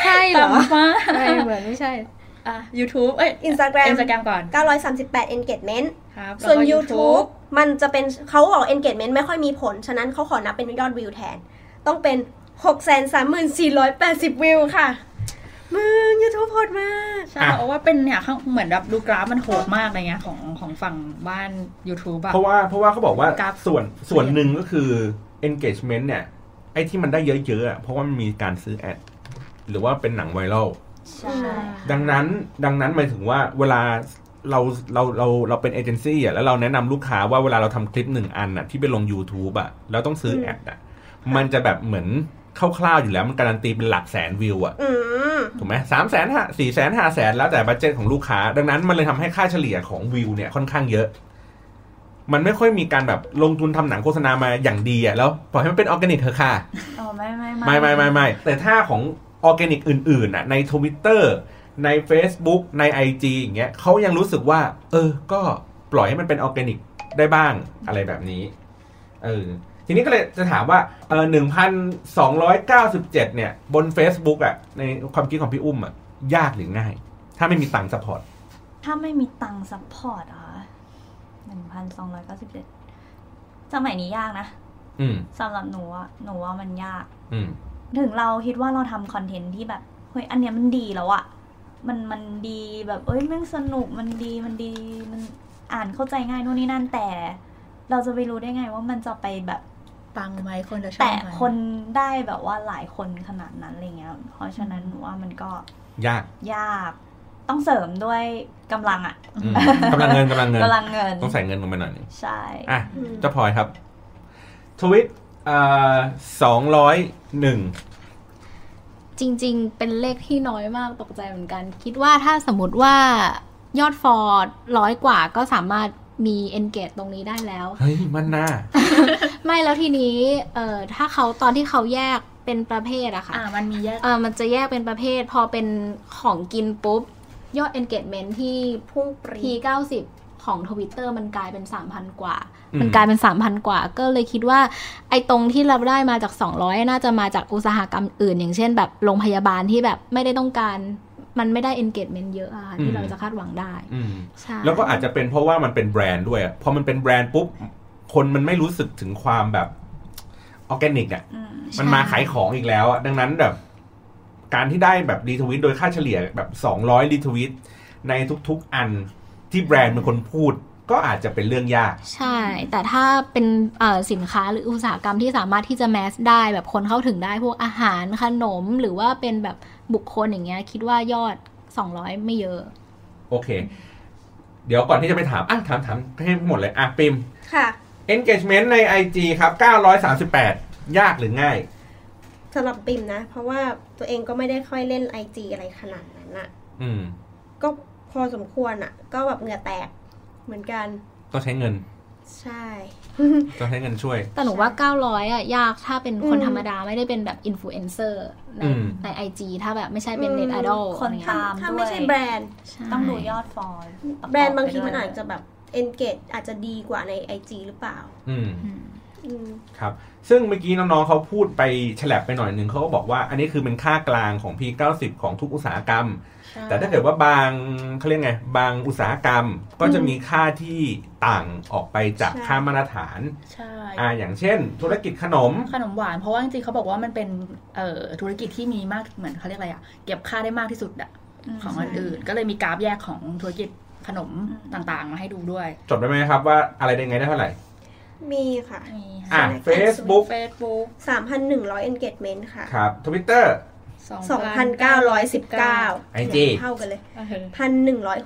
[SPEAKER 2] ใช่เหรอ
[SPEAKER 5] มา
[SPEAKER 2] ไม่เหมือนไม่ใช่
[SPEAKER 5] อ่ะ YouTube เอ้ย
[SPEAKER 3] Instagram
[SPEAKER 5] Instagram ก่อน
[SPEAKER 3] 938 engagement
[SPEAKER 5] ครับ
[SPEAKER 3] ส่วน
[SPEAKER 5] แล้ก็
[SPEAKER 3] YouTube มันจะเป็นเขาบอก engagement ไม่ค่อยมีผล ฉะนั้นเขาขอนับเป็นยอดวิวแทน ต้องเป็น 6 3 4 8 0 วิวค่ะ มึง YouTube โหดมาก
[SPEAKER 5] ใช่เพราะว่าเป็นเนี่ยข้างเหมือนแบบดูกราฟมันโหดมากอะไรเงี้ยของของฝั่งบ้าน YouTube อะ
[SPEAKER 1] เพราะว่าเพราะว่าเขาบอกว่า
[SPEAKER 5] ครับ
[SPEAKER 1] ส่วนส่วนหนึ่งก็คือ engagement เนี่ย ไอ้ที่มันได้เยอะๆอะเพราะว่ามันมีการซื้อแอด หรือว่าเป็นหนังไวรัล
[SPEAKER 4] ใช่
[SPEAKER 1] ดังนั้นดังนั้นหมายถึงว่าเวลาเราเราเราเราเป็นเอเจนซี่อ่ะแล้วเราแนะนำลูกค้าว่าเวลาเราทำคลิปหนึ่งอันอ่ะที่ไปลง YouTube อ่ะเราต้องซื้ออ
[SPEAKER 3] ม
[SPEAKER 1] แอดอ่ะมันจะแบบเหมือนคร่าวๆอยู่แล้วมันการันตีเป็นหลักแสนวิวอ่ะ
[SPEAKER 3] อืม
[SPEAKER 1] ถูกไหมสามแสนห้าสี่แสนห้าแสนแล้วแต่บัตเจตของลูกค้า ดังนั้นมันเลยทำให้ค่าเฉลี่ยของวิวเนี่ยค่อนข้างเยอะ มันไม่ค่อยมีการแบบลงทุนทำหนังโฆษณามาอย่างดีอ่ะแล้วปล่อยให้มันเป็นออร์แกนิกเถอะค่ะ
[SPEAKER 4] โอ้ไม่ไม่
[SPEAKER 1] ไม่ไม่ไม่ไม่แต่ถ้าของออร์แกนิกอื่นๆน่ะใน Twitter ใน Facebook ใน IG อย่างเงี้ยเขายังรู้สึกว่า เออ ก็ปล่อยให้มันเป็นออร์แกนิกได้บ้างอะไรแบบนี้เออทีนี้ก็เลยจะถามว่าเออหนึ่งพันสองร้อยเก้าสิบเจ็ดเนี่ย บน Facebook อ่ะ ในความคิดของพี่อุ้มอ่ะ ยากหรือง่าย ถ้าไม่มีตังค์สปอร์ต
[SPEAKER 4] ถ้าไม่มีตังค์ซัพพอร์ตอ่ะหนึ่งพันสองร้อยเก้าสิบเจ็ดสมัยนี้ยากนะ
[SPEAKER 1] อืม
[SPEAKER 4] สำหรับหนูอะหนูว่ามันยาก
[SPEAKER 1] อืม
[SPEAKER 4] ถึงเราคิดว่าเราทำคอนเทนต์ที่แบบ เฮ้ย อันเนี้ยมันดีแล้วอะมันมันดีแบบเอ้ยแม่งสนุกมันดีมันดีมันอ่านเข้าใจง่ายนู่นนี่นั่นแต่ เราจะไปรู้ได้ไงว่ามันจะไปแบบ
[SPEAKER 5] ปังไหมคนจะชอบ
[SPEAKER 4] แต่
[SPEAKER 5] ไหม
[SPEAKER 4] คนได้แบบว่าหลายคนขนาดนั้นอะไรเงี้ย เพราะฉะนั้นหนูว่ามันก็
[SPEAKER 1] ยาก
[SPEAKER 4] ยากต้องเสริมด้วยกำลังอะ
[SPEAKER 1] อืมกำลังเงินกำลังเงิน
[SPEAKER 4] กำลังเงิน
[SPEAKER 1] ต้องใส่เงินลงไปหน่อยหนึง
[SPEAKER 4] ใช่
[SPEAKER 1] อ่ะ
[SPEAKER 3] อืม
[SPEAKER 1] เจ้าพลอยครับ ทวิตสองร้อยหนึ่ง
[SPEAKER 2] จริงๆ เป็นเลขที่น้อยมากตกใจเหมือนกัน คิดว่าถ้าสมมติว่ายอดฟอร์ร้อยกว่าก็สามารถมีเอนเกตตรงนี้ได้แล้ว
[SPEAKER 1] เฮ้ย มันน่า
[SPEAKER 2] ไม่แล้วทีนี้เอ่อถ้าเขาตอนที่เขาแยก เป็นประเภทอะค่ะ
[SPEAKER 5] อ่ามันมีแยก
[SPEAKER 2] เออมันจะแยกเป็นประเภท พอเป็นของกินปุ๊บ ยอด engagement ที่
[SPEAKER 3] พุ่งปรี
[SPEAKER 2] P 90ของ Twitter มันกลายเป็น 3,000 กว่า
[SPEAKER 1] อืม
[SPEAKER 2] มันกลายเป็น 3,000 กว่า ก็เลยคิดว่า ไอ้ตรงที่เราได้มาจาก 200 น่าจะมาจากอุตสาหกรรมอื่น อย่างเช่นแบบโรงพยาบาลที่แบบไม่ได้ต้องการมันไม่ได้ engagement เยอะอะค่ะที่เราจะคาดหวังได้
[SPEAKER 1] อืม
[SPEAKER 2] ใช่
[SPEAKER 1] แล้วก็อาจจะเป็นเพราะว่ามันเป็นแบรนด์ด้วยอะพอมันเป็นแบรนด์ปุ๊บ คนมันไม่รู้สึกถึงความแบบออร์แกนิกอ่ะ
[SPEAKER 4] อืม
[SPEAKER 1] มันมาขายของอีกแล้วอะดังนั้นแบบ การที่ได้แบบรีทวิตโดยค่าเฉลี่ยแบบ200รีทวิตในทุกๆอันที่แบรนด์เป็นคนพูด ก็อาจจะเป็นเรื่องยาก
[SPEAKER 2] ใช่ แต่ถ้าเป็นเอ่อสินค้าหรืออุตสาหกรรมที่สามารถที่จะแมสได้แบบคนเข้าถึงได้พวกอาหารขนมหรือว่าเป็นแบบบุคคลอย่างเงี้ยคิดว่ายอด 200 ไม่เยอะ
[SPEAKER 1] โอเค เดี๋ยวก่อนที่จะไปถาม อ่ะ ถามถามให้หมดเลย อ่ะปิม
[SPEAKER 3] ค่ะ
[SPEAKER 1] engagement ใน IG ครับ 938 ยากหรือง่าย
[SPEAKER 3] สำหรับปิมนะ เพราะว่าตัวเองก็ไม่ได้ค่อยเล่น IG อะไรขนาดนั้นอะ
[SPEAKER 1] อืม
[SPEAKER 3] ก็พอสมควรอะก็แบบเหงื่อแตกเหมือนกัน
[SPEAKER 1] ต้องใช้เงิน
[SPEAKER 3] ใช่
[SPEAKER 1] ต้องใช้เงินช่วย
[SPEAKER 2] แต่หนูว่า 900 อ่ะ ยากถ้าเป็นคน
[SPEAKER 3] อืม
[SPEAKER 2] ธรรมดาไม่ได้เป็นแบบอินฟลูเอนเซอร์ใน
[SPEAKER 1] อืม
[SPEAKER 2] ในไอจีถ้าแบบไม่ใช่เป็น
[SPEAKER 3] อืม
[SPEAKER 2] เน็ตไอดอล
[SPEAKER 4] คน
[SPEAKER 2] อะไร
[SPEAKER 4] ตา
[SPEAKER 2] เงี้ย
[SPEAKER 4] ม
[SPEAKER 3] ถ้าไม่ใช่แบรนด์
[SPEAKER 2] ใช่
[SPEAKER 4] ต้องดูยอดฟอละก
[SPEAKER 3] แบรนด์บางที
[SPEAKER 4] ไป
[SPEAKER 3] มัน
[SPEAKER 4] ด้วย
[SPEAKER 3] อาจจะแบบ engage อาจจะดีกว่าใน IG หรือเปล่า
[SPEAKER 1] อืม
[SPEAKER 2] อืม
[SPEAKER 3] อืม
[SPEAKER 1] ครับ ซึ่งเมื่อกี้น้องๆเขาพูดไปฉลับไปหน่อยหนึ่งเขาก็บอกว่า อันนี้คือเป็นค่ากลางของ P90 ของทุกอุตสาหกรรม แต่ถ้าเกิดว่าบางเขาเรียกไง บางอุตสาหกรรมก็จะมีค่าที่ต่างออกไปจาก
[SPEAKER 3] ใช่
[SPEAKER 1] ค่ามาตรฐาน
[SPEAKER 5] ใช่
[SPEAKER 1] อ่า อย่างเช่น ธุรกิจขนม
[SPEAKER 5] ขนมหวาน เพราะว่าจริงๆเขาบอกว่ามันเป็นเอ่อธุรกิจที่มีมากเหมือนเขาเรียกอะไรอ่ะเก็บค่าได้มากที่สุดอะ
[SPEAKER 4] ม
[SPEAKER 5] ของอันอื่น ก็เลยมีกราฟแยกของธุรกิจขนมต่างๆ มาให้ดูด้วย
[SPEAKER 1] จดไว้ไหมครับว่าอะไรได้ไงได้เท่าไหร่
[SPEAKER 3] มีค่ะ
[SPEAKER 5] นี่
[SPEAKER 1] อ่ะ
[SPEAKER 5] ค่ะ
[SPEAKER 1] Facebook
[SPEAKER 5] Facebook
[SPEAKER 3] 3,100 engagement ค่ะ
[SPEAKER 1] ครับ Twitter
[SPEAKER 3] 2,919
[SPEAKER 1] IG
[SPEAKER 3] เท่ากันเลย
[SPEAKER 5] เออ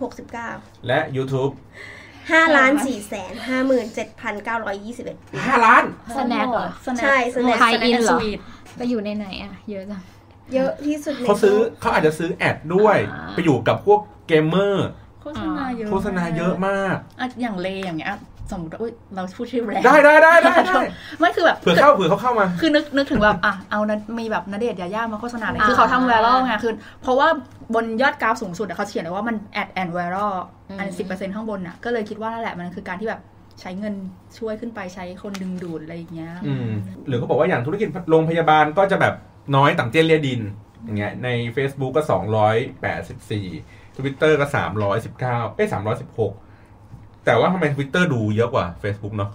[SPEAKER 3] 1,169
[SPEAKER 1] และ YouTube
[SPEAKER 3] 5ล้าน4แสน57,921
[SPEAKER 1] 5 ล้าน
[SPEAKER 2] สแน็คเหรอ
[SPEAKER 3] ใช่ snack
[SPEAKER 2] ไทยอินเหรอ
[SPEAKER 5] สแคแด์สวีท
[SPEAKER 2] ไปอยู่ในไหนอ่ะ เยอะจัง
[SPEAKER 3] เยอะที่สุดใน
[SPEAKER 1] เขาซื้อ
[SPEAKER 3] โลก
[SPEAKER 1] เขาอาจจะซื้อแอดด้วย
[SPEAKER 2] อ่า
[SPEAKER 1] ไปอยู่กับพวกเกมเมอร์
[SPEAKER 5] โฆษณาเยอะ
[SPEAKER 1] โฆษณาเยอะมาก
[SPEAKER 5] อ่ะอย่างเลอย่างเงี้ยอ่ะสมมติว่าอุ๊ยเราพูดชื่อแบรนด์
[SPEAKER 1] ได้ได้ได้ได้ได้
[SPEAKER 5] ไม่คือแบบ
[SPEAKER 1] เผื่อเข้าเผื่อเขาเข้ามา
[SPEAKER 5] คือนึกนึกถึงแบบอ่ะเอานะมีแบบนเดชน์ยาย่ามาโฆษณาเลย
[SPEAKER 2] อ่า
[SPEAKER 5] คือเขาทำไวรัลไงคือเพราะว่าบนยอดกราฟสูงสุดอะเขาเขียนไว้ว่ามันแอดแอนไวรัลอันสิบเปอร์เซ็นต์ข้างบนอะก็เลยคิดว่านั่นแหละมันคือการที่แบบใช้เงินช่วยขึ้นไปใช้คนดึงดูดอะไรอย่างเงี้ย
[SPEAKER 1] อืมหรือเขาบอกว่าอย่างธุรกิจโรงพยาบาลก็จะแบบน้อยต่ำเตี้ยเลียดิน อย่างเงี้ยใน Facebook ก็ 284 Twitter ก็ 319 เอ้ย 316 แต่ว่าทำไม Twitter ดูเยอะกว่า Facebook เนาะ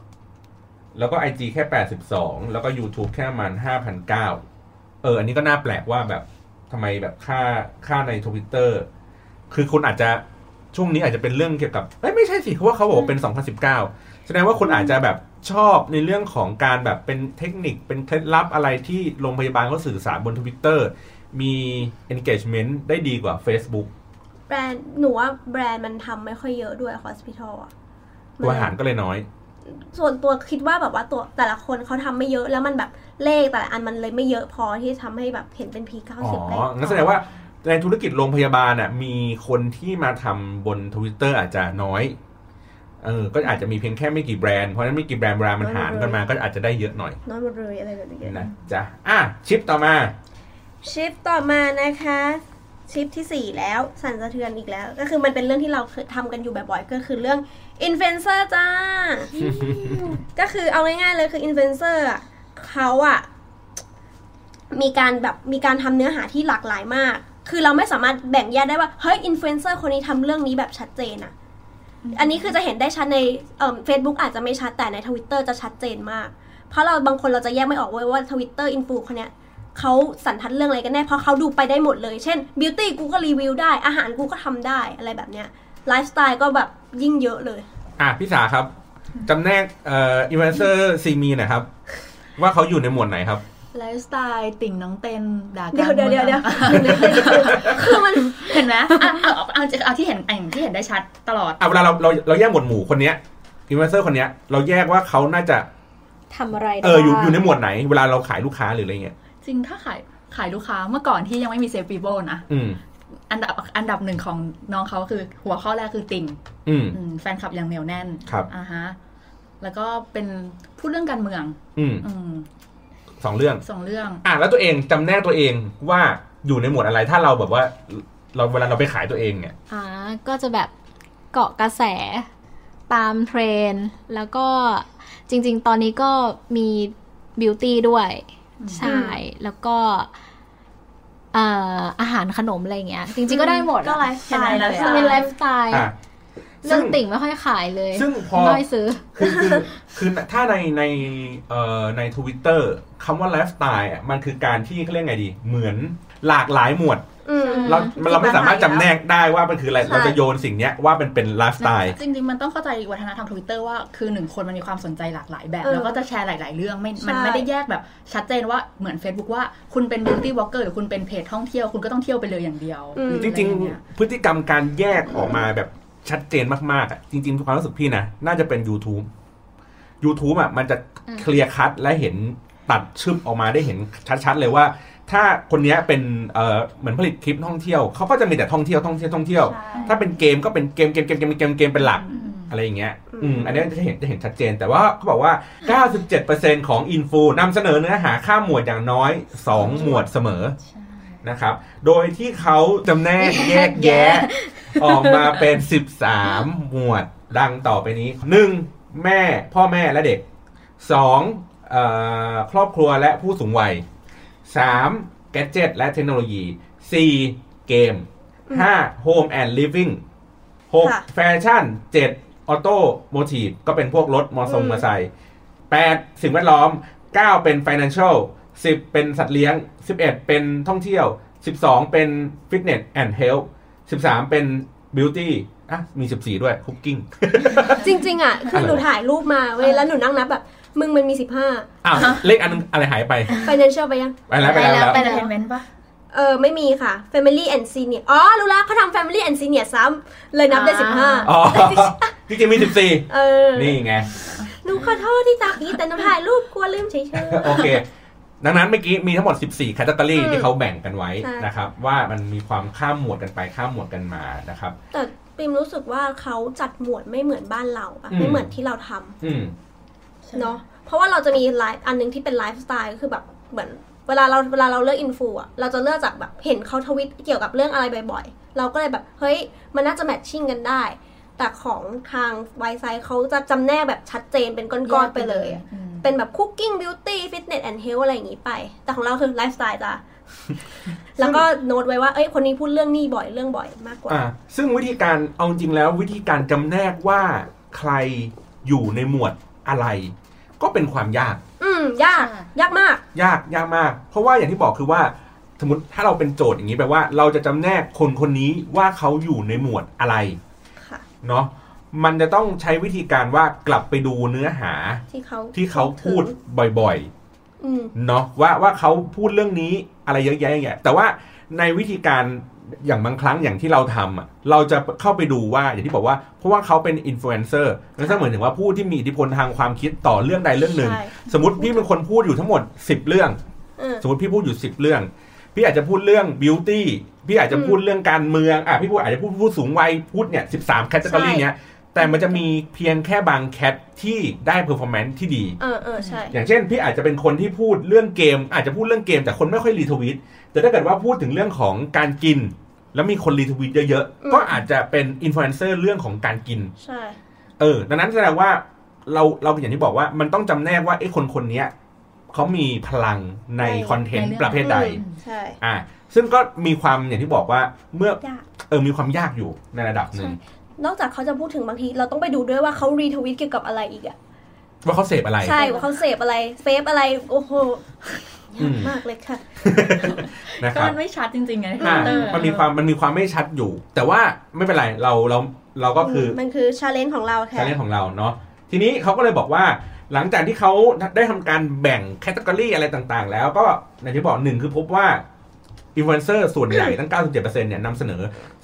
[SPEAKER 1] แล้วก็ IG แค่ 82 แล้วก็ YouTube แค่ประมัน 5,009เออ อันนี้ก็น่าแปลกว่าแบบทำไมแบบค่าค่าใน Twitter คือคุณอาจจะช่วงนี้อาจจะเป็นเรื่องเกี่ยวกับเอ้ยไม่ใช่สิเพราะว่าเขาบอกว่าเป็น 2019 แสดงว่าคุณอาจจะแบบชอบในเรื่องของการแบบเป็นเทคนิคเป็นเคล็ดลับอะไรที่โรงพยาบาลเขาสื่อสารบนทวิตเตอร์มี engagement ได้ดีกว่า Facebook
[SPEAKER 3] แบรนด์หนูว่าแบรนด์มันทำไม่ค่อยเยอะด้วย hospital อะ
[SPEAKER 1] ตัวอาหารก็เลยน้อย
[SPEAKER 3] ส่วนตัวคิดว่าแบบว่าตัวแต่ละคนเขาทำไม่เยอะแล้วมันแบบเลขแต่ละอันมันเลยไม่เยอะพอที่จะทำให้แบบเห็นเป็น
[SPEAKER 1] อ๋
[SPEAKER 3] P90
[SPEAKER 1] อ
[SPEAKER 3] ได้
[SPEAKER 1] งั้นแสดงว่าในธุรกิจโรงพยาบาลอ่ะมีคนที่มาทำบนทวิตเตอร์อาจจะน้อย เออ ก็อาจจะมีเพียงแค่ไม่กี่แบรนด์ เพราะฉะนั้นไม่กี่แบรนด์เวลามันหารกันมาก็อาจจะได้เยอะหน่อย
[SPEAKER 3] น้อยหมดเลยอะไรแบบนี้
[SPEAKER 1] นะจ๊ะอ่ะชิปต่อมา
[SPEAKER 3] ชิปต่อมานะคะชิปทีสี่4 แล้วสั่นสะเทือนอีกแล้ว ก็คือมันเป็นเรื่องที่เราเคยทำกันอยู่บ่อยๆ ก็คือเรื่องอินฟลูเอนเซอร์จ้า ก็คือเอาง่ายๆเลยคืออินฟลูเอนเซอร์อะเขาอะมีการแบบมีการทำเนื้อหาที่หลากหลายมาก คือเราไม่สามารถแบ่งแยกได้ว่า เฮ้ยอินฟลูเอนเซอร์คนนี้ทำเรื่องนี้แบบชัดเจนอะอันนี้คือจะเห็นได้ชัดในเฟซบุ๊กอาจจะไม่ชัดแต่ในทวิตเตอร์จะชัดเจนมาก เพราะเราบางคนเราจะแยกไม่ออกเว้ยว่าทวิตเตอร์อินฟูคนเนี้ย เขาสันทัดเรื่องอะไรกันแน่ เพราะเขาดูไปได้หมดเลย เช่นบิวตี้กูก็รีวิวได้ อาหารกูก็ทำได้อะไรแบบเนี้ยไลฟ์สไตล์ก็แบบยิ่งเยอะเลย
[SPEAKER 1] อ่ะพี่สาครับจำแนกเอ่ออินฟลูเอนเซอร์ซีมีหน่อยครับ ว่าเขาอยู่ในหมวดไหนครับ
[SPEAKER 5] ไลฟ์สไตล์ติ่งน้องเต้นด่ากั
[SPEAKER 3] เดี๋ยวเดี๋ยวเดี๋ยวเดี๋ยว
[SPEAKER 5] คือมันเห็นไหมอ่ะเอาเอาเอาเอาที่เห็นเอาที่เห็นได้ชัดตลอด
[SPEAKER 1] อ่ะเวลาเราเราเราแยกหมวดหมู่คนเนี้ยอินฟลูเอนเซอร์คนเนี้ยเราแยกว่าเขาน่าจะ
[SPEAKER 2] ทำอะไรได้
[SPEAKER 1] เอออยู่
[SPEAKER 2] บ้าง
[SPEAKER 1] อยู่ในหมวดไหน เวลาเราขายลูกค้าหรืออะไรเงี้ย
[SPEAKER 5] จริงถ้าขายขายลูกค้าเมื่อก่อนที่ยังไม่มีเซฟปีโบนะ
[SPEAKER 1] อืม
[SPEAKER 5] อันดับอันดับหนึ่งของน้องเขาคือหัวข้อแรกคือติ่ง
[SPEAKER 1] อืม
[SPEAKER 5] อืมแฟนคลับอย่างเหนียวแน่น
[SPEAKER 1] ครับ
[SPEAKER 5] อ่าฮะ แล้วก็เป็นพูดเรื่องการเมือง
[SPEAKER 1] อืม
[SPEAKER 5] อืม
[SPEAKER 1] สองเรื่อง
[SPEAKER 5] สองเรื่อง
[SPEAKER 1] อ่ะแล้วตัวเองจำแนกตัวเองว่าอยู่ในหมวดอะไรถ้าเราแบบว่า เราเวลาเราไปขายตัวเองเนี่ย
[SPEAKER 2] อ่าก็จะแบบเกาะกระแสตามเทรนด์แล้วก็จริง ๆ ตอนนี้ก็มีบิวตี้ด้วย ใช่ แล้วก็เอ่ออาหารขนมอะไรอย่างเงี้ย จริง ๆ ก็ได้หมด
[SPEAKER 4] ก็ไลฟ์สไตล์
[SPEAKER 5] เห็นไหม
[SPEAKER 2] เป็น
[SPEAKER 4] เลยอะ
[SPEAKER 5] ฟ์
[SPEAKER 2] ไลฟ์สไตล์
[SPEAKER 1] อ่ะ
[SPEAKER 2] เรื่องติ่งไม่ค่อยขายเลย
[SPEAKER 1] ซึ่งพอ
[SPEAKER 2] น้อยซื้อ
[SPEAKER 1] คือคือคือถ้าในในเอ่อในทวิตเตอร์คำว่าไลฟ์สไตล์อ่ะมันคือการที่เขาเรียกไงดี เหมือนหลากหลายหมวด
[SPEAKER 3] อืม
[SPEAKER 1] เรา
[SPEAKER 2] อืม
[SPEAKER 1] เราไม่สามารถจำแนกได้ว่ามันคืออะไร
[SPEAKER 3] ใช่
[SPEAKER 1] เราจะโยนสิ่งเนี้ยว่าเป็นเป็นไลฟ์สไตล์
[SPEAKER 5] จริงๆ มันต้องเข้าใจวัฒนธรรมทวิตเตอร์ว่าคือหนึ่งคนมันมีความสนใจหลากหลายแบบ
[SPEAKER 3] เออ
[SPEAKER 5] แล้วก็จะแชร์หลาย ๆ เรื่องไม่
[SPEAKER 3] ใช่
[SPEAKER 5] มันไม่ได้แยกแบบชัดเจนว่าเหมือน Facebook ว่าคุณเป็น beauty blogger หรือคุณเป็นเพจท่องเที่ยวคุณก็ต้องเที่ยวไปเลยอย่างเดียว
[SPEAKER 3] อืม
[SPEAKER 1] จริง ๆ พฤติกรรมการแยกออกมาแบบชัดเจนมากๆอ่ะจริงๆความรู้สึกพี่นะ น่าจะเป็น YouTube YouTube อ่ะมันจะ
[SPEAKER 2] อืม
[SPEAKER 1] เคลียร์คัดและเห็นตัดชึบออกมาได้เห็นชัดๆเลยว่า ถ้าคนเนี้ยเป็นเอ่อเหมือนผลิตคลิปท่องเที่ยวเขาก็จะมีแต่ท่องเที่ยวท่องเที่ยวท่องเที่ยว
[SPEAKER 4] ใช่
[SPEAKER 1] ถ้าเป็นเกมก็เป็นเกมเกมเกมเกมเกมเกมเป็นหลัก
[SPEAKER 5] อืม
[SPEAKER 1] อะไรอย่างเงี้ย
[SPEAKER 3] อืม
[SPEAKER 1] อืม อันนี้จะเห็นจะเห็นชัดเจน แต่ว่าเขาบอกว่า 97%ของอินฟูนำเสนอเนื้อหาข้ามหมวดอย่างน้อย 2 หมวดเสมอ
[SPEAKER 5] ใช่
[SPEAKER 1] นะครับ โดยที่เขาจำแนกแยกแยะ ออกมาเป็น 13 หมวดดังต่อไปนี้ 1. แม่พ่อแม่และเด็ก 2. เอ่อครอบครัวและผู้สูงวัย 3. แกจิตและเทคโนโลยี 4. เกม 5. Home and Living
[SPEAKER 3] ค่ะ
[SPEAKER 1] 6. แฟชั่น 7. ออโต้โมทีฟก็เป็นพวกรถมอทรงมอไซค์ 8. สิ่งแวดล้อม 9 เป็น Financial 10 เป็นสัตว์เลี้ยง 11 เป็นท่องเที่ยว 12 เป็น Fitness and Health 13 เป็น Beauty อ่ะมี 14 ด้วย Cooking
[SPEAKER 3] จริง ๆ อ่ะ คือหนูถ่ายรูปมาเว้ยแล้วหนูนั่งนับแบบ มึงมันมีสิบห้า
[SPEAKER 1] อ้าวเลขอันนึงอะไรหายไป
[SPEAKER 3] financial ไปยัง
[SPEAKER 1] ไปแล้วไปแล้วไปแล้ว
[SPEAKER 2] ไป
[SPEAKER 5] เอ
[SPEAKER 2] แล้ว
[SPEAKER 5] นเทนเมนต์ปะ
[SPEAKER 3] เออ ไม่มีค่ะ family and senior อ๋อ รู้แล้วเขาทำ family and senior ซ้ำเลยนับได้
[SPEAKER 2] อ่า
[SPEAKER 3] สิบห้า
[SPEAKER 1] อ๋อจริงๆมี
[SPEAKER 3] เออ
[SPEAKER 1] 14 นี่ไง
[SPEAKER 3] หนูขอโทษที่ตานี้แต่หนูถ่ายรูปกลัวลืมเฉย
[SPEAKER 1] โอเค ดังนั้นเมื่อกี้มีทั้งหมด 14 แคตตาล็อ
[SPEAKER 3] อืม
[SPEAKER 1] ที่เขาแบ่งกันไว้
[SPEAKER 3] ใช่
[SPEAKER 1] นะครับ ว่ามันมีความข้ามหมวดกันไปข้ามหมวดกันมานะครับ
[SPEAKER 3] ๆ แต่ปิมรู้สึกว่าเขาจัดหมวดไม่เหมือนบ้านเราอะ
[SPEAKER 1] อืม
[SPEAKER 3] ไม่เหมือนที่เราทำ
[SPEAKER 1] อืม
[SPEAKER 3] เนาะ เพราะว่าเราจะมีไลฟ์อันหนึงที่เป็นไลฟ์สไตล์ก็คือแบบเหมือน เวลาเราเวลาเราเลือกอินฟูอะเราจะเลือกจากแบบเห็นเขาทวิตเกี่ยวกับเรื่องอะไรบ่อยๆ เราก็เลยแบบเฮ้ยมันน่าจะแมทชิ่งกันได้ แต่ของทางไวไซเขาจะจำแนกแบบชัดเจนเป็นก้อนๆไปเลยอะ เป็นแบบคุกกิ้งบิวตี้ฟิตเนสแอนด์เฮลอะไรอย่างนี้ไป แต่ของเราคือไลฟ์สไตล์จ้ะ แล้วก็โน้ตไว้ว่า เอ้ย คนนี้พูดเรื่องหนี้บ่อยเรื่องบ่อยมากกว่า
[SPEAKER 1] อ่าซึ่งวิธีการเอาจริงแล้ววิธีการจำแนกว่าใครอยู่ในหมวดอะไร ก็เป็นความยาก
[SPEAKER 3] อืม ยาก
[SPEAKER 5] ใช่
[SPEAKER 3] ยากมาก
[SPEAKER 1] ยากยากมาก เพราะว่าอย่างที่บอกคือว่า สมมติถ้าเราเป็นโจทย์อย่างนี้แปลว่า เราจะจำแนกคนคนนี้ว่าเขาอยู่ในหมวดอะไร
[SPEAKER 3] ค่ะ
[SPEAKER 1] เนาะมันจะต้องใช้วิธีการว่ากลับไปดูเนื้อหา
[SPEAKER 3] ที่เขา
[SPEAKER 1] ที่เขาพูดบ่อยๆ
[SPEAKER 3] อืม
[SPEAKER 1] เนาะว่าว่าเขาพูดเรื่องนี้อะไรเยอะแยะอย่างเงี้ยแต่ว่าในวิธีการอย่างบางครั้งอย่างที่เราทำอะเราจะเข้าไปดูว่าอย่างที่บอกว่าเพราะว่าเขาเป็นอินฟลูเอนเซอร์นั่นก็เหมือนถึงว่าผู้ที่มีอิทธิพลทางความคิดต่อเรื่องใดเรื่องหนึ่ง
[SPEAKER 3] ใช่
[SPEAKER 1] สมมติพี่เป็นคนพูดอยู่ทั้งหมด 10 เรื่อง
[SPEAKER 3] เออ
[SPEAKER 1] สมมติพี่พูดอยู่ 10 เรื่อง พี่อาจจะพูดเรื่องบิวตี้พี่อาจจะพูดเรื่องการเมืองอ่ะพี่พูดอาจจะพูดผู้สูงวัยพูดเนี่ยสิบสามแคตตาล็อ
[SPEAKER 3] ใช่
[SPEAKER 1] เนี้ยแต่มันจะมีเพียงแค่บางแคทที่ได้เพอร์ฟอร์แมนซ์ที่ดี
[SPEAKER 3] เออเออใช่
[SPEAKER 1] อย่างเช่นพี่อาจจะเป็นคนที่พูดเรื่องเกม อาจจะพูดเรื่องเกมแต่คนไม่ค่อยรีทวิตแต่ถ้าเกิดว่าพูดถึงเรื่องของการกิน แล้วมีคนรีทวิตเยอะ
[SPEAKER 3] อืม
[SPEAKER 1] ๆ ก็อาจจะเป็นอินฟลูเอนเซอร์เรื่องของการกิน
[SPEAKER 3] ใช่
[SPEAKER 1] เออ ดังนั้นแสดงว่าเราเราอย่างที่บอกว่ามันต้องจำแนกว่าไอ้คนคนๆเนี้ยเขามีพลังใน
[SPEAKER 3] ใช่
[SPEAKER 1] คอนเทนต์ประเภทใด
[SPEAKER 5] อืม
[SPEAKER 3] ใช่
[SPEAKER 1] อ่า ซึ่งก็มีความอย่างที่บอกว่าเมื่อย
[SPEAKER 3] าก
[SPEAKER 1] เออมีความยากอยู่ในระดับหนึ่ง
[SPEAKER 3] นอกจากเขาจะพูดถึงบางที เราต้องไปดูด้วยว่าเขารีทวิตเกี่ยวกับอะไรอีกอะ
[SPEAKER 1] ว่าเขาเสพอะไร
[SPEAKER 3] ใช่ว่าเขาเสพอะไร เฟฟอะไร โอ้โห
[SPEAKER 1] อื
[SPEAKER 3] ยาก
[SPEAKER 1] ม
[SPEAKER 3] มากเลยค่ะ
[SPEAKER 1] นะค
[SPEAKER 5] ก็
[SPEAKER 1] รับ
[SPEAKER 5] มันไม่ชัดจริงๆไงในท
[SPEAKER 1] อ่ะ
[SPEAKER 5] วิตเตอร์
[SPEAKER 1] มันมีความมันมีความไม่ชัดอยู่ แต่ว่าไม่เป็นไรเราเราเราก็คือ
[SPEAKER 3] มันคือชาเลนจ์ของเราแค่
[SPEAKER 1] ชาเลนของเราเนาะทีนี้เขาก็เลยบอกว่าหลังจากที่เขาได้ทำการแบ่งแคตตา o r y อะไรต่างๆ แล้วก็ในที่บอกหนึ่งคือพบว่าอินฟลูเอนเซอร์ส่วนให ญ่ตั้ง 97%เนี่ยนำเสนอ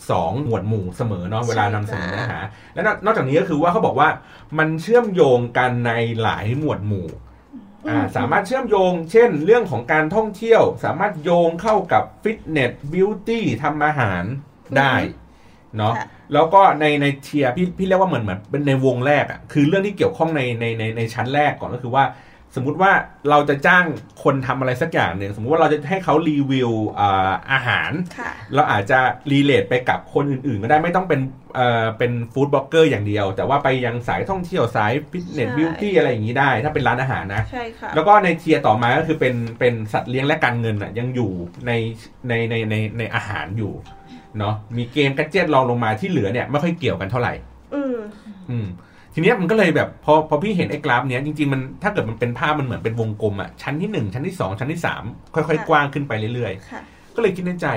[SPEAKER 1] 2 หมวดหมู่เสมอเนาะเวลานำเสนอเนื้อหาและนอกนอกจากนี้ก็คือว่าเขาบอกว่ามันเชื่อมโยงกันในหลายหมวดหมู่ อ่าสามารถเชื่อมโยง เช่น เรื่องของการท่องเที่ยว สามารถโยงเข้ากับฟิตเนสบิวตี้ทำอาหารได้เนาะแล้วก็ในในเทียร์พี่พี่เรียกว่าเหมือนเหมือนเป็นในวงแรกอะ่ะคือเรื่องที่เกี่ยวข้องในในในในชั้นแรกก่อนก็คือว่า สมมุติว่าเราจะจ้างคนทำอะไรสักอย่างหนึ่งสมมุติว่าเราจะให้เขารีวิวอ่าอาหาร
[SPEAKER 5] ค่ะ
[SPEAKER 1] เราอาจจะรีเลทไปกับคนอื่นๆ ก็ได้ไม่ต้องเป็นเอ่อเป็นฟู้ดบล็อกเกอร์อย่างเดียว แต่ว่าไปยังสายท่องเที่ยวสายฟิตเนส
[SPEAKER 5] ใช่
[SPEAKER 1] บิวตี้อะไรอย่างนี้ได้ ถ้าเป็นร้านอาหารนะ
[SPEAKER 5] ใช่ค่ะ
[SPEAKER 1] แล้วก็ในเทียร์ต่อมาก็คือเป็นเป็นสัตว์เลี้ยงและการเงินอ่ะยังอยู่ในในในในในอาหารอยู่เนาะมีเกมแกดเจิตรองลงมาที่เหลือเนี่ยไม่ค่อยเกี่ยวกันเท่าไหร่
[SPEAKER 3] อืม
[SPEAKER 1] อืมทีเนี้ยมันก็เลยแบบพอพอพี่เห็นไอ้กราฟเนี้ยจริงๆมันถ้าเกิดมันเป็นภาพมันเหมือนเป็นวงกลมอะชั้นที่หนึ่งชั้นที่สองชั้นที่สามค่อยๆ
[SPEAKER 5] ค่ะ
[SPEAKER 1] กว้างขึ้นไปเรื่อย
[SPEAKER 5] ค่ะ
[SPEAKER 1] ๆ ก็เลยคิดในใจ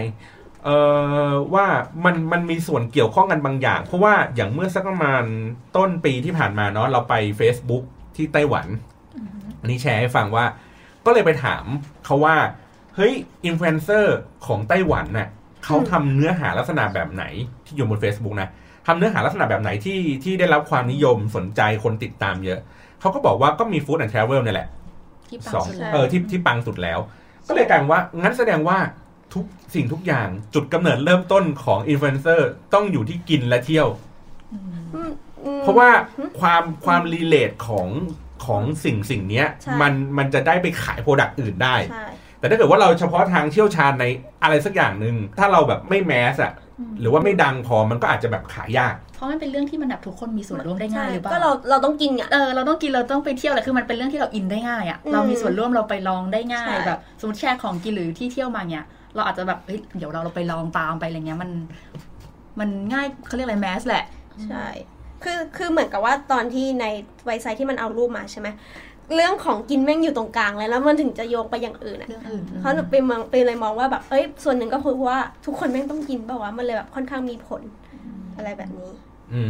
[SPEAKER 1] เอ่อว่ามันมันมีส่วนเกี่ยวข้องกันบางอย่าง เพราะว่าอย่างเมื่อสักประมาณต้นปีที่ผ่านมาเนาะเราไป Facebook ที่ไต้หวัน อันนี้แชร์ให้ฟังว่า ก็เลยไปถามเขาว่า เฮ้ยอินฟลูเอนเซอร์ของไต้หวันน่ะเขาทำเนื้อหาลักษณะแบบไหนที่อยู่บน Facebook นะทำเนื้อหาลักษณะแบบไหนที่ที่ได้รับความนิยมสนใจคนติดตามเยอะ เขาก็บอกว่าก็มีฟู้ดแอนด์ทราเวลนี่ยแหละ
[SPEAKER 5] ที่ปั
[SPEAKER 1] สอง
[SPEAKER 5] สุดแล้ว
[SPEAKER 1] เออที่ที่ปังสุดแล้ว ก็เลยกลายเป็นว่า งั้นแสดงว่าทุกสิ่งทุกอย่างจุดกำเนิดเริ่มต้นของอินฟลูเอนเซอร์ต้องอยู่ที่กินและเที่ยว
[SPEAKER 3] อืมอืม
[SPEAKER 1] เพราะว่าความความรีเลทของของสิ่งสิ่งเนี้ย
[SPEAKER 3] ใช่
[SPEAKER 1] มันมันจะได้ไปขายโปรดักต์อื่นได้
[SPEAKER 3] ใช่
[SPEAKER 1] แต่ถ้าเกิดว่าเราเฉพาะทางเชี่ยวชาญในอะไรสักอย่างหนึ่งถ้าเราแบบไม่แมสอะหรือว่าไม่ดังพอมันก็อาจจะแบบขายยาก
[SPEAKER 5] เพราะมันเป็นเรื่องที่มันแบบทุกคนมีส่วนร่วมได้ง่ายหรือเป
[SPEAKER 3] ก็
[SPEAKER 5] ล่า
[SPEAKER 3] เราเราต้องกินอ่ะ
[SPEAKER 5] เออเราต้องกินเราต้องไปเที่ยวแหละคือมันเป็นเรื่องที่เราอินได้ง่ายอ่ะ
[SPEAKER 3] อืม
[SPEAKER 5] เรามีส่วนร่วมเราไปลองได้ง่าย
[SPEAKER 3] ใช่
[SPEAKER 5] แบบสมมติแชร์ของกินหรือที่เที่ยวมาเนี่ยเราอาจจะแบบเฮ้ยเดี๋ยวเราเราไปลองตามไปอะไรเงี้ยมัน มันง่ายเขาเรียกอะไรแมสแหละ
[SPEAKER 3] ใช่ คือ คือเหมือนกับว่าตอนที่ในไวไซต์ที่มันเอารูปมาใช่ไหม เรื่องของกินแม่งอยู่ตรงกลางเลยแล้วมันถึงจะโยงไปอย่างอื่นอะ
[SPEAKER 5] เรื่องอื่นอืม
[SPEAKER 3] เพราะหนูเป็นมองเป็นเลยมองว่าแบบ เอ้ย ส่วนหนึ่งก็คือว่าทุกคนแม่งต้องกินเปล่าวะ มันเลยแบบค่อนข้างมีผลอะไรแบบนี้
[SPEAKER 1] อื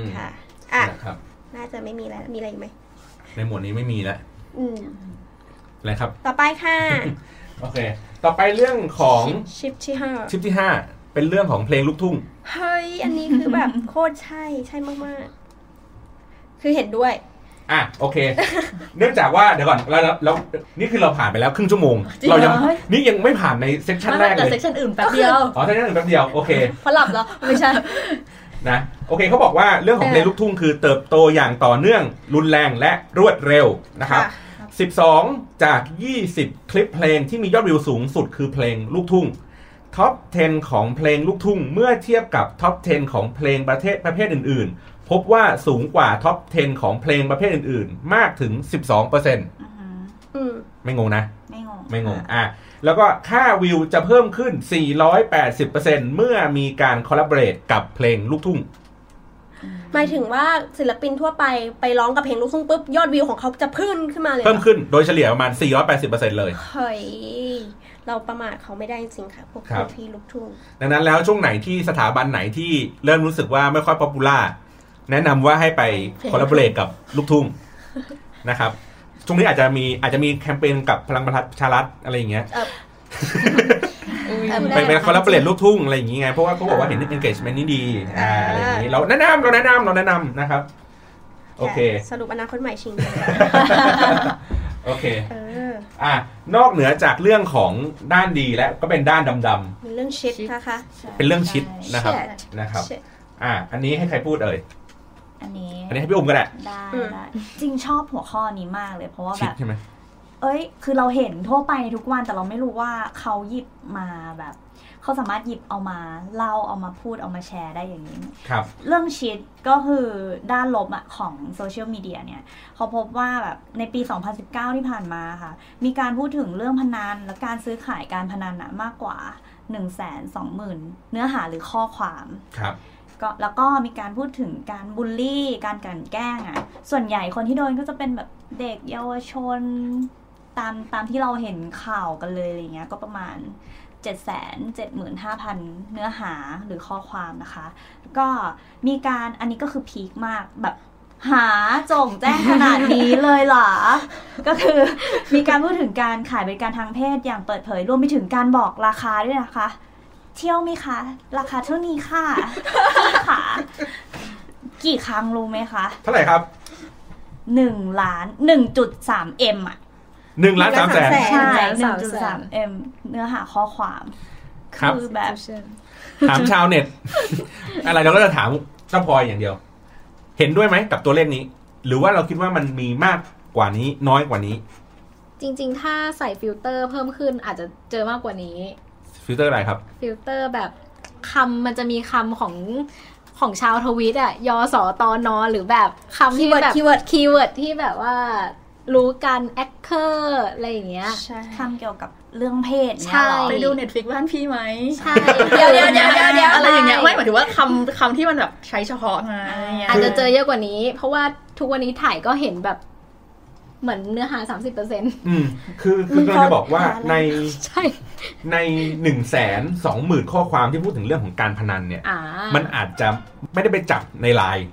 [SPEAKER 1] ม
[SPEAKER 3] ค่ะ อ่ะ
[SPEAKER 1] นะครับ
[SPEAKER 3] น่าจะไม่มีแล้ว มีอะไรอีกไหม
[SPEAKER 1] ในหมวดนี้ไม่มีแล้ว
[SPEAKER 3] อืม
[SPEAKER 1] อะไรครับ
[SPEAKER 3] ต่อไปค่ะ
[SPEAKER 1] โอเค ต่อไปเรื่องของ
[SPEAKER 3] ชิปที่ห้า
[SPEAKER 1] ชิปที่ห้าเป็นเรื่องของเพลงลูกทุ่ง
[SPEAKER 3] เฮ้ย อันนี้คือแบบโคตรใช่ ใช่มากๆ คือเห็นด้วย
[SPEAKER 1] อ่ะโอเค เนื่องจากว่าเดี๋ยวก่อนแล้วแล้วแล้วนี่คือเราผ่านไปแล้วครึ่งชั่วโมง
[SPEAKER 5] จริงเหรอ
[SPEAKER 1] เรายันี่ยังไม่ผ่านในเซสชั่นแรก
[SPEAKER 5] แต่
[SPEAKER 1] เล
[SPEAKER 5] เซส
[SPEAKER 1] ย
[SPEAKER 5] ชันอื่นแป๊บเดียว
[SPEAKER 1] อ๋อถ้างั้นถึงแป๊บเดียวโอเค
[SPEAKER 3] เพราะหลับเหรอ ไม่ใช่
[SPEAKER 1] นะโอเคเขาบอกว่าเรื่องของเพลงลูกทุ่งคือเติบโตอย่างต่อเนื่องรุนแรงและรวดเร็วนะครับ
[SPEAKER 3] ค่ะ
[SPEAKER 1] 12 จาก 20 คลิปเพลงที่มียอดวิวสูงสุดคือเพลงลูกทุ่งท็อป 10 ของเพลงลูกทุ่ง เมื่อเทียบกับท็อป 10 ของเพลงประเทศประเภทอื่น ๆ พบว่าสูงกว่าท็อป 10 ของเพลงประเภทอื่น ๆ มากถึง 12%
[SPEAKER 4] อือหือ
[SPEAKER 3] อืม
[SPEAKER 1] ไม่งงนะ
[SPEAKER 4] ไม่งง
[SPEAKER 1] ไม่งง อ่ะ แล้วก็ค่าวิวจะเพิ่มขึ้น 480%เมื่อมีการคอลลาเบเรตกับเพลงลูกทุ่ง
[SPEAKER 3] หมายถึงว่าศิลปินทั่วไปไปร้องกับเพลงลูกทุ่งปุ๊บ ยอดวิวของเขาจะพึ่งขึ้นมาเลยหรอ
[SPEAKER 1] เพิ่มขึ้นโดยเฉลี่ยประมาณ 480%เลย
[SPEAKER 3] เฮ้ยเราประมาทเขาไม่ได้จริงๆค่ะพวก
[SPEAKER 1] ครับ
[SPEAKER 3] พี่ลูกทุ่ง
[SPEAKER 1] ดังนั้นแล้วช่วงไหนที่สถาบันไหนที่เริ่มรู้สึกว่าไม่ค่อยป๊อปปูล่า แนะนำว่าให้ไปคอลลาบเรตกับลูก ทุ่ง นะครับ ช่วงนี้อาจจะมีอาจจะมีแคมเปญกับพลังประชารัฐอะไรอย่างเงี้ย
[SPEAKER 3] เออ
[SPEAKER 5] เออ
[SPEAKER 3] ไม่
[SPEAKER 1] ไป
[SPEAKER 3] ได้
[SPEAKER 1] ไปคอลลาบเรตลูกทุ่งอะไรอย่างเงี้ยเพราะว่าเขาบอกว่าเห็น engagement นี่ดีอ่าอะไรอย่างงี้เราแนะนำเราแนะนำเราแนะนำนะครับ โอเค
[SPEAKER 3] แกสรุปอนาคตใหม่ชิง เลย
[SPEAKER 1] โอเค
[SPEAKER 3] เออ
[SPEAKER 1] อ่ะนอกเหนือจากเรื่องของด้านดีแล้วก็เป็นด้านดำ
[SPEAKER 3] มีเรื่องชิดนะคะ
[SPEAKER 1] ๆเป็นเรื่องชิดนะครับ
[SPEAKER 3] เช็ด
[SPEAKER 1] นะครับ
[SPEAKER 3] เช็ด
[SPEAKER 1] อ่ะอันนี้ให้ใครพูดเอ่ย
[SPEAKER 4] อันนี้
[SPEAKER 1] อันนี้ให้พี่อุ้มก็ได้
[SPEAKER 4] ได้
[SPEAKER 3] อืม
[SPEAKER 4] ได้จริงชอบหัวข้อนี้มากเลย เพราะว่า
[SPEAKER 1] ชิ
[SPEAKER 4] แบ
[SPEAKER 1] ด
[SPEAKER 4] บ
[SPEAKER 1] ใช่ไหม
[SPEAKER 4] เอ้ย คือเราเห็นทั่วไปในทุกวันแต่เราไม่รู้ว่าเขาหยิบมาแบบ เขาสามารถหยิบเอามาเล่าเอามาพูดเอามาแชร์ได้อย่างนี้
[SPEAKER 1] ครับ
[SPEAKER 4] เรื่องชีตก็คือด้านลบอะของโซเชียลมีเดียเนี่ย เขาพบว่าแบบในปี 2019 ที่ผ่านมาค่ะ มีการพูดถึงเรื่องพนันและการซื้อขายการพนันอะมากกว่า 1 2 0 0 0 0 เนื้อหาหรือข้อความ
[SPEAKER 1] ครับ
[SPEAKER 4] ก็แล้วก็มีการพูดถึงการบูลลี่ การกลั่นแกล้งอะ่ะ ส่วนใหญ่คนที่โดนก็จะเป็นแบบเด็กเยาวชน ตามตามที่เราเห็นข่าวกันเลยอะไรเงี้ย ก็ประมาณ 7 7 5 0 0 0 เนื้อหาหรือข้อความนะคะ ก็มีการอันนี้ก็คือพีคมากแบบหาจงแจ้งขนาดนี้เลยเหรอ ก็คือมีการพูดถึงการขายบริการทางเพศอย่างเปิดเผยรวมไปถึงการบอกราคาด้วยนะคะ เที่ยวไหมคะ ราคาเท่านี้ค่ะพี่ ค่ะ กี่ครั้งรู้ไหมคะ
[SPEAKER 1] เท่าไหร่ครับ
[SPEAKER 4] หนึ่งล้านหนึ่งจุดสามเอ็มอ่ะ
[SPEAKER 1] หนึ่งล้านสามแสน
[SPEAKER 3] 1,300,000
[SPEAKER 4] ใช่ห
[SPEAKER 2] หนึ่
[SPEAKER 4] นึ่ง
[SPEAKER 2] งจุ
[SPEAKER 4] จุด
[SPEAKER 2] ด
[SPEAKER 4] สา
[SPEAKER 2] สาม ม
[SPEAKER 4] เอ็มเนื้อหาข้อความ
[SPEAKER 1] ครับ
[SPEAKER 4] อแบบ
[SPEAKER 1] ถามชาว เน็ต อะไรเราก็จะถามเจ้าพลอยอย่างเดียว เห็นด้วยไหมกับตัวเลขนี้ หรือว่าเราคิดว่ามันมีมาก กว่านี้น้อยกว่านี้
[SPEAKER 2] จริง ๆ ถ้าใส่ฟิลเตอร์เพิ่มขึ้นอาจจะเจอมากกว่านี้
[SPEAKER 1] ฟิลเตอร์อะไรครับ
[SPEAKER 2] ฟิลเตอร์แบบคำมันจะมีคำของของชาวทวิตอะยอสอตอนอหรือแบบคำที่
[SPEAKER 3] Keyword
[SPEAKER 2] แบบ
[SPEAKER 3] keyword
[SPEAKER 2] คีย์เวิร์ดที่แบบว่า รู้กันแอคเคอร์อะไรอย่างเงี้ย
[SPEAKER 5] ใช่
[SPEAKER 4] ทำเกี่ยวกับเรื่องเพศ
[SPEAKER 2] ใช่
[SPEAKER 4] เนี่ยเหรอ
[SPEAKER 5] ไปดูเน็ตฟิกบ้านพี่ไหม
[SPEAKER 2] ใช่
[SPEAKER 3] เดี๋ยวเดี๋ยวเดี๋ยวเดี๋ยวเดี๋ยว
[SPEAKER 5] อะไรอย่างเงี้ยไม่หมายถึงว่าคำคำที่มันแบบใช้เฉพาะไงอะไรเงี้ย
[SPEAKER 2] อาจจะเจอเยอะกว่านี้ เพราะว่าทุกวันนี้ถ่ายก็เห็นแบบเหมือนเนื้อหา 30%
[SPEAKER 1] อืมคือคือเราจะบอกว่าใน
[SPEAKER 2] ใช่
[SPEAKER 1] ในหนึ่งแสนสองหมื่นข้อความที่พูดถึงเรื่องของการพนันเนี่ย
[SPEAKER 2] อ่ามั
[SPEAKER 1] มันอาจจะไม่ได้ไปจับในไลน์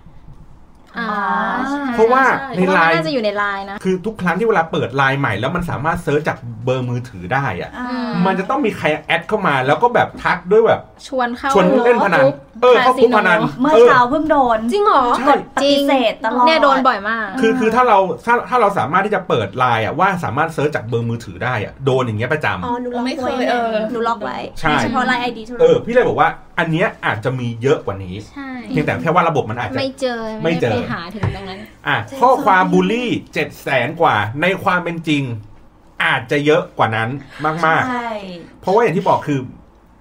[SPEAKER 2] อ่า
[SPEAKER 1] เพราะว่าในไลน์
[SPEAKER 2] น่าจะอยู่ในไลน์นะ
[SPEAKER 1] คือทุกครั้งที่เวลาเปิดไลน์ใหม่แล้วมันสามารถเซิร์ชจากเบอร์มือถือได้อะ
[SPEAKER 4] อ่า
[SPEAKER 2] อื
[SPEAKER 1] มันจะต้องมีใครแอดเข้ามาแล้วก็แบบทักด้วยแบบ
[SPEAKER 2] ชวนเข้า
[SPEAKER 1] ชวนเล่นพนัน
[SPEAKER 2] กรุ๊ป
[SPEAKER 1] เออเข้ากรุ๊ป
[SPEAKER 2] ค
[SPEAKER 1] พนัน
[SPEAKER 4] เมื่อเช้าเพิ่งโดน
[SPEAKER 3] จริงเหรอ
[SPEAKER 1] ใช่
[SPEAKER 4] กดปฏิเสธตลอด
[SPEAKER 2] เนี่ยโดนบ่อยมาก
[SPEAKER 1] คือคือถ้าเราถ้าถ้าเราสามารถที่จะเปิดไลน์อะว่าสามารถเซิร์ชจากเบอร์มือถือได้อะโดนอย่างเงี้ยประจำ
[SPEAKER 3] อ๋อหนูล็อกไว้นี่หนูล็อกไว้
[SPEAKER 1] ใช่
[SPEAKER 3] เฉพาะไลน์ไอดีเท่า
[SPEAKER 1] เอ
[SPEAKER 3] นั้
[SPEAKER 1] อน พี่เลยบอกว่าอันเนี้ยอาจจะมีเยอะกว่านี้
[SPEAKER 2] ใช่
[SPEAKER 1] เพียงแต่แค่ว่าระบบมันอาจจะ
[SPEAKER 2] ไม่เจอ
[SPEAKER 1] ไม่
[SPEAKER 2] ไม่
[SPEAKER 1] เจ
[SPEAKER 2] ได้
[SPEAKER 1] อ
[SPEAKER 2] ไปหาถึงตรงนั้น
[SPEAKER 1] อ่ะข้อความบูลลี่เจ็ดแสนกว่า ในความเป็นจริง อาจจะเยอะกว่านั้นมาก
[SPEAKER 4] ใช่
[SPEAKER 1] ๆ เพราะว่าอย่างที่บอกคือ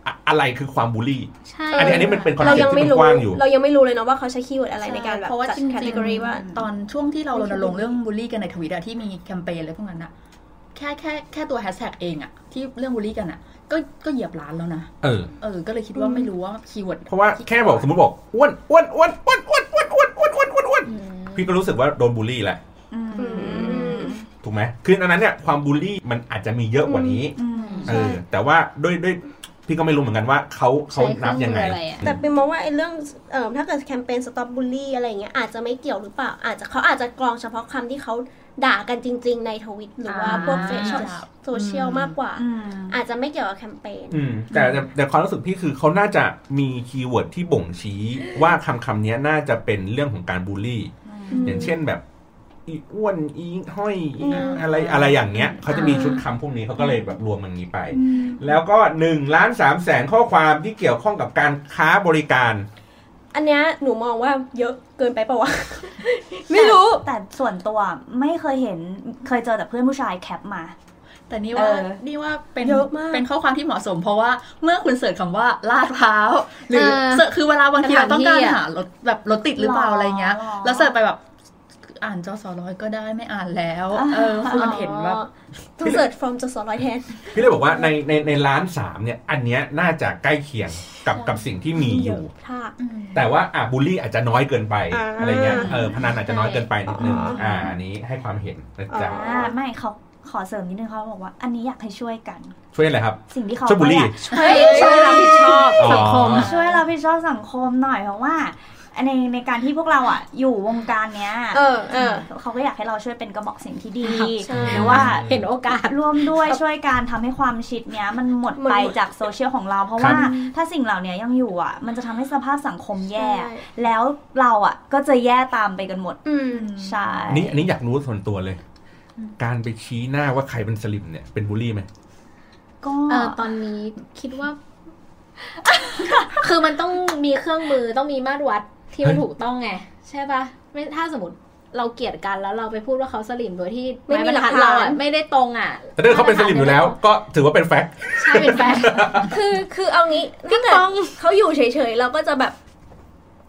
[SPEAKER 1] อะอะไรคือความบูลลี่
[SPEAKER 2] ใช่
[SPEAKER 1] อันนี้อันนี้มันเป็นคอน
[SPEAKER 3] เรา
[SPEAKER 1] เซ็ป
[SPEAKER 3] ยัง
[SPEAKER 1] ต์
[SPEAKER 3] ไม่
[SPEAKER 1] ที่มัน
[SPEAKER 3] รู้
[SPEAKER 1] กว้างอยู่
[SPEAKER 3] เรายังไม่รู้เลยเนาะว่าเขาใช้คีย์เวิร์ดอะไรในการแบบ
[SPEAKER 5] เพราะว่า
[SPEAKER 3] จัด
[SPEAKER 5] จริง
[SPEAKER 3] แคตตา
[SPEAKER 5] ๆ
[SPEAKER 3] ล็อว่า
[SPEAKER 5] ตอนช่วงที่เรารณรงค์เรื่องบูลลี่กันในทวิตอะที่มีแคมเปญอะไรพวกนั้นอะแค่แค่แค่ตัวแฮชแท็กเองอะที่เรื่องบูลลี่กันอะก็ก็เหยียบล้านแล้วนะ
[SPEAKER 1] เออ
[SPEAKER 5] เออก็เลยคิดว่าไม่รู้ว่าคีย์เวิร์ด
[SPEAKER 1] เพราะว่าแค่บอกสมมติบอกอ้วนอ้วนอ้วนอ้วนอ้วนอ้วนอ้วนอ้วนอ้วนอ้วนอ้วน
[SPEAKER 2] อืม
[SPEAKER 1] พี่ก็รู้สึกว่าโดนบูลลี่แหละ
[SPEAKER 4] อืม
[SPEAKER 1] ถูกไหมคืออันนั้นเนี่ยความบูลลี่มันอาจจะมีเยอะกว่านี้
[SPEAKER 4] อืม
[SPEAKER 1] เออ แต่ว่าด้วยด้วยพี่ก็ไม่รู้เหมือนกันว่าเขาเขานับยังไง
[SPEAKER 2] ใช้เครื่อมืออะไรอะ
[SPEAKER 3] แต่เป็นมองว่าไอ้เรื่องเอ่อถ้าเกิดแคมเปญ stop bully อะไรอย่างเงี้ยอาจจะไม่เกี่ยวหรือเปล่า อาจจะเขาอาจจะกรองเฉพาะคำที่เขาด่ากันจริง ๆ ในทวิตหรือว่า
[SPEAKER 5] อ่า
[SPEAKER 3] พวกเฟซโซเชียลมากกว่า
[SPEAKER 4] อืม
[SPEAKER 3] อาจจะไม่เกี่ยวกับแคมเปญ
[SPEAKER 1] อืมแต่แต่แต่ความรู้สึกพี่คือเขาน่าจะมีคีย์เวิร์ดที่บ่งชี้ว่าคำคำเนี้ยน่าจะเป็นเรื่องของการบูลลี่ อย่างเช่นแบบอีอ้วนอีห้อยอีอะไรอะไรอย่างเงี้ยเขาจะมีชุดคำพวกนี้เขาก็เลยแบบรวมอย่างนี้ไป แล้วก็หนึ่งล้านสามแสนข้อความที่เกี่ยวข้องกับการค้าบริการ
[SPEAKER 3] อันเนี้ยหนูมองว่าเยอะเกินไปปะว ะ ไม่รู้
[SPEAKER 4] แต่แต่ส่วนตัวไม่เคยเห็นเคยเจอแต่เพื่อนผู้ชายแคปมา
[SPEAKER 5] แต่นี่ว่า
[SPEAKER 4] เออ
[SPEAKER 5] นี่ว่าเป็น
[SPEAKER 3] เยอะมาก
[SPEAKER 5] เป็นข้อความที่เหมาะสม เพราะว่าเมื่อคุณเสิร์ชคำว่าลาดพร้าวหรือเสิร์ชคือเวลาบางทีเราต้องการหารถแบบรถติดหรือเปล่าอะไรเงี้ย แล้วเสิร์ชไปแบบอ่านจอสอร้อยก็ได้ไม่อ่านแล้ว เออคือมันเห็นแบบ
[SPEAKER 3] ต้องเสิร์ช from จสร้อยแทน
[SPEAKER 1] พี่เลยบอกว่าในในในล้านสามเนี่ยอันเนี้ยน่าจะใกล้เคียงกับกับสิ่งที่มีอยู่
[SPEAKER 3] ถ้า
[SPEAKER 1] แต่ว่าอ่ะบูลลี่อาจจะน้อยเกินไป
[SPEAKER 3] อ่า
[SPEAKER 1] อะไรเงี้ยเออพนันอาจจะน้อยเกินไปนิดนึงอ่าอันนี้ให้ความเห็นนะจ๊ะ
[SPEAKER 4] อ่าไม่เขาขอเสริมนิดนึงเขาบอกว่า อันนี้อยากให้ช่วยกัน
[SPEAKER 1] ช่วยอะไรครับ
[SPEAKER 4] สิ่งที่เขา
[SPEAKER 1] ช่วยบูลลี่
[SPEAKER 4] อยาก
[SPEAKER 2] เฮ้ยช่วยรับผิดชอบสังคม
[SPEAKER 1] อ๋อ
[SPEAKER 4] ช่วยเราพิดชอบสังคมหน่อยเพราะว่าในในการที่พวกเราอ่ะ อยู่วงการเนี้ย
[SPEAKER 3] เออเออ
[SPEAKER 4] เขาก็อยากให้เราช่วยเป็นกระบอกเสิ่งที่ดี
[SPEAKER 3] ใช่
[SPEAKER 4] หรือว่า
[SPEAKER 2] เห็นโอกาส
[SPEAKER 4] ร่วมด้วยช่วยการทำให้ความชิดเนี้ยมันหมด
[SPEAKER 3] มัน
[SPEAKER 4] ไป
[SPEAKER 3] หมด
[SPEAKER 4] จากโซเชียลของเรา เพราะ
[SPEAKER 1] ครั
[SPEAKER 4] ว่า
[SPEAKER 1] บ
[SPEAKER 4] ถ้าสิ่งเหล่าเนี้ยยังอยู่อ่ะ มันจะทำให้สภาพสังคมแย่
[SPEAKER 3] ใช่
[SPEAKER 4] แล้วเราอ่ะก็จะแย่ตามไปกันหมด
[SPEAKER 3] อืม
[SPEAKER 4] ใช่
[SPEAKER 1] อันนี้อันนี้อยากรู้ส่วนตัวเลย การไปชี้หน้าว่าใครเป็นสลิมเนี่ยเป็นบูลลี่ไหม
[SPEAKER 4] ก็
[SPEAKER 2] เออตอนนี้คิดว่า คือมันต้องมีเครื่องมือต้องมีมาตรวัดที่มันถูกต้องไง ใช่ปะไม่ถ้าสมมติเราเกลียดกันแล้วเราไปพูดว่าเขาสลิมโดยที่
[SPEAKER 3] ไม่มีหลักฐาน
[SPEAKER 2] เรอะไม่ได้ตรงอ่ะ
[SPEAKER 1] แต่ถ้าเขาเป็นสลิมอยู่แล้ว ก็ถือว่าเป็นแฟกต์
[SPEAKER 2] ใช่เป็นแฟน
[SPEAKER 3] คือคือเอางี้ถ้าเกิดเขาอยู่เฉยๆ เราก็จะแบบ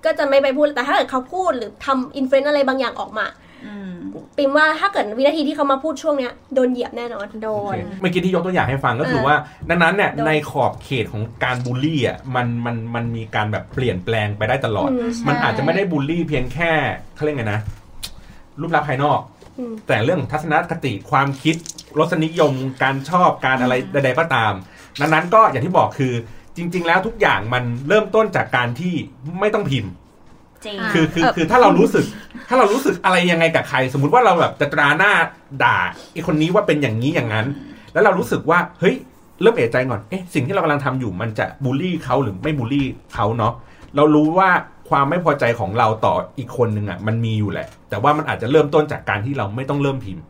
[SPEAKER 3] ก็จะไม่ไปพูดแต่ถ้าเกิดเขาพูดหรือทำอินฟลูเอนซ์อะไรบางอย่างออกมา
[SPEAKER 4] อืม
[SPEAKER 3] ปิมว่าถ้าเกิดวินาทีที่เขามาพูดช่วงเนี้ยโดนเหยียบแน่นอน
[SPEAKER 2] โด
[SPEAKER 1] โอน เคเมื่อกี้ที่ยกตัวอย่างให้ฟังก็คือว่า ดังนั้นเนี่ย
[SPEAKER 3] โดน
[SPEAKER 1] ในขอบเขตของการบูลลี่อ่ะมันมันมันมีการแบบเปลี่ยนแปลงไปได้ตลอด
[SPEAKER 3] อืม
[SPEAKER 1] มันอาจจะไม่ได้บูลลี่เพียงแค่เขาเรียกไงนะ รูปลักษณ์ภายนอก
[SPEAKER 3] อืม
[SPEAKER 1] แต่เรื่องทัศนคติความคิดรสนิยมการชอบการอะไรใด ๆก็ตาม นั้นนั้นก็อย่างที่บอกคือจริง ๆ แล้วทุกอย่างมันเริ่มต้นจากการที่ไม่ต้องพิมพ์
[SPEAKER 4] จริง
[SPEAKER 2] อ่า
[SPEAKER 1] คือคือคือถ้าเรารู้สึก ถ้าเรารู้สึกอะไรยังไงกับใคร สมมติว่าเราแบบจะตราหน้าด่าไอคนนี้ว่าเป็นอย่างนี้อย่างนั้น แล้วเรารู้สึกว่าเฮ้ยเริ่มเอะใจก่อนเอ๊ะสิ่งที่เรากำลังทำอยู่มันจะบูลลี่เขาหรือไม่บูลลี่เขาเนาะเรารู้ว่าความไม่พอใจของเราต่ออีกคนนึงอ่ะมันมีอยู่แหละ แต่ว่ามันอาจจะเริ่มต้นจากการที่เราไม่ต้องเริ่มพิมพ์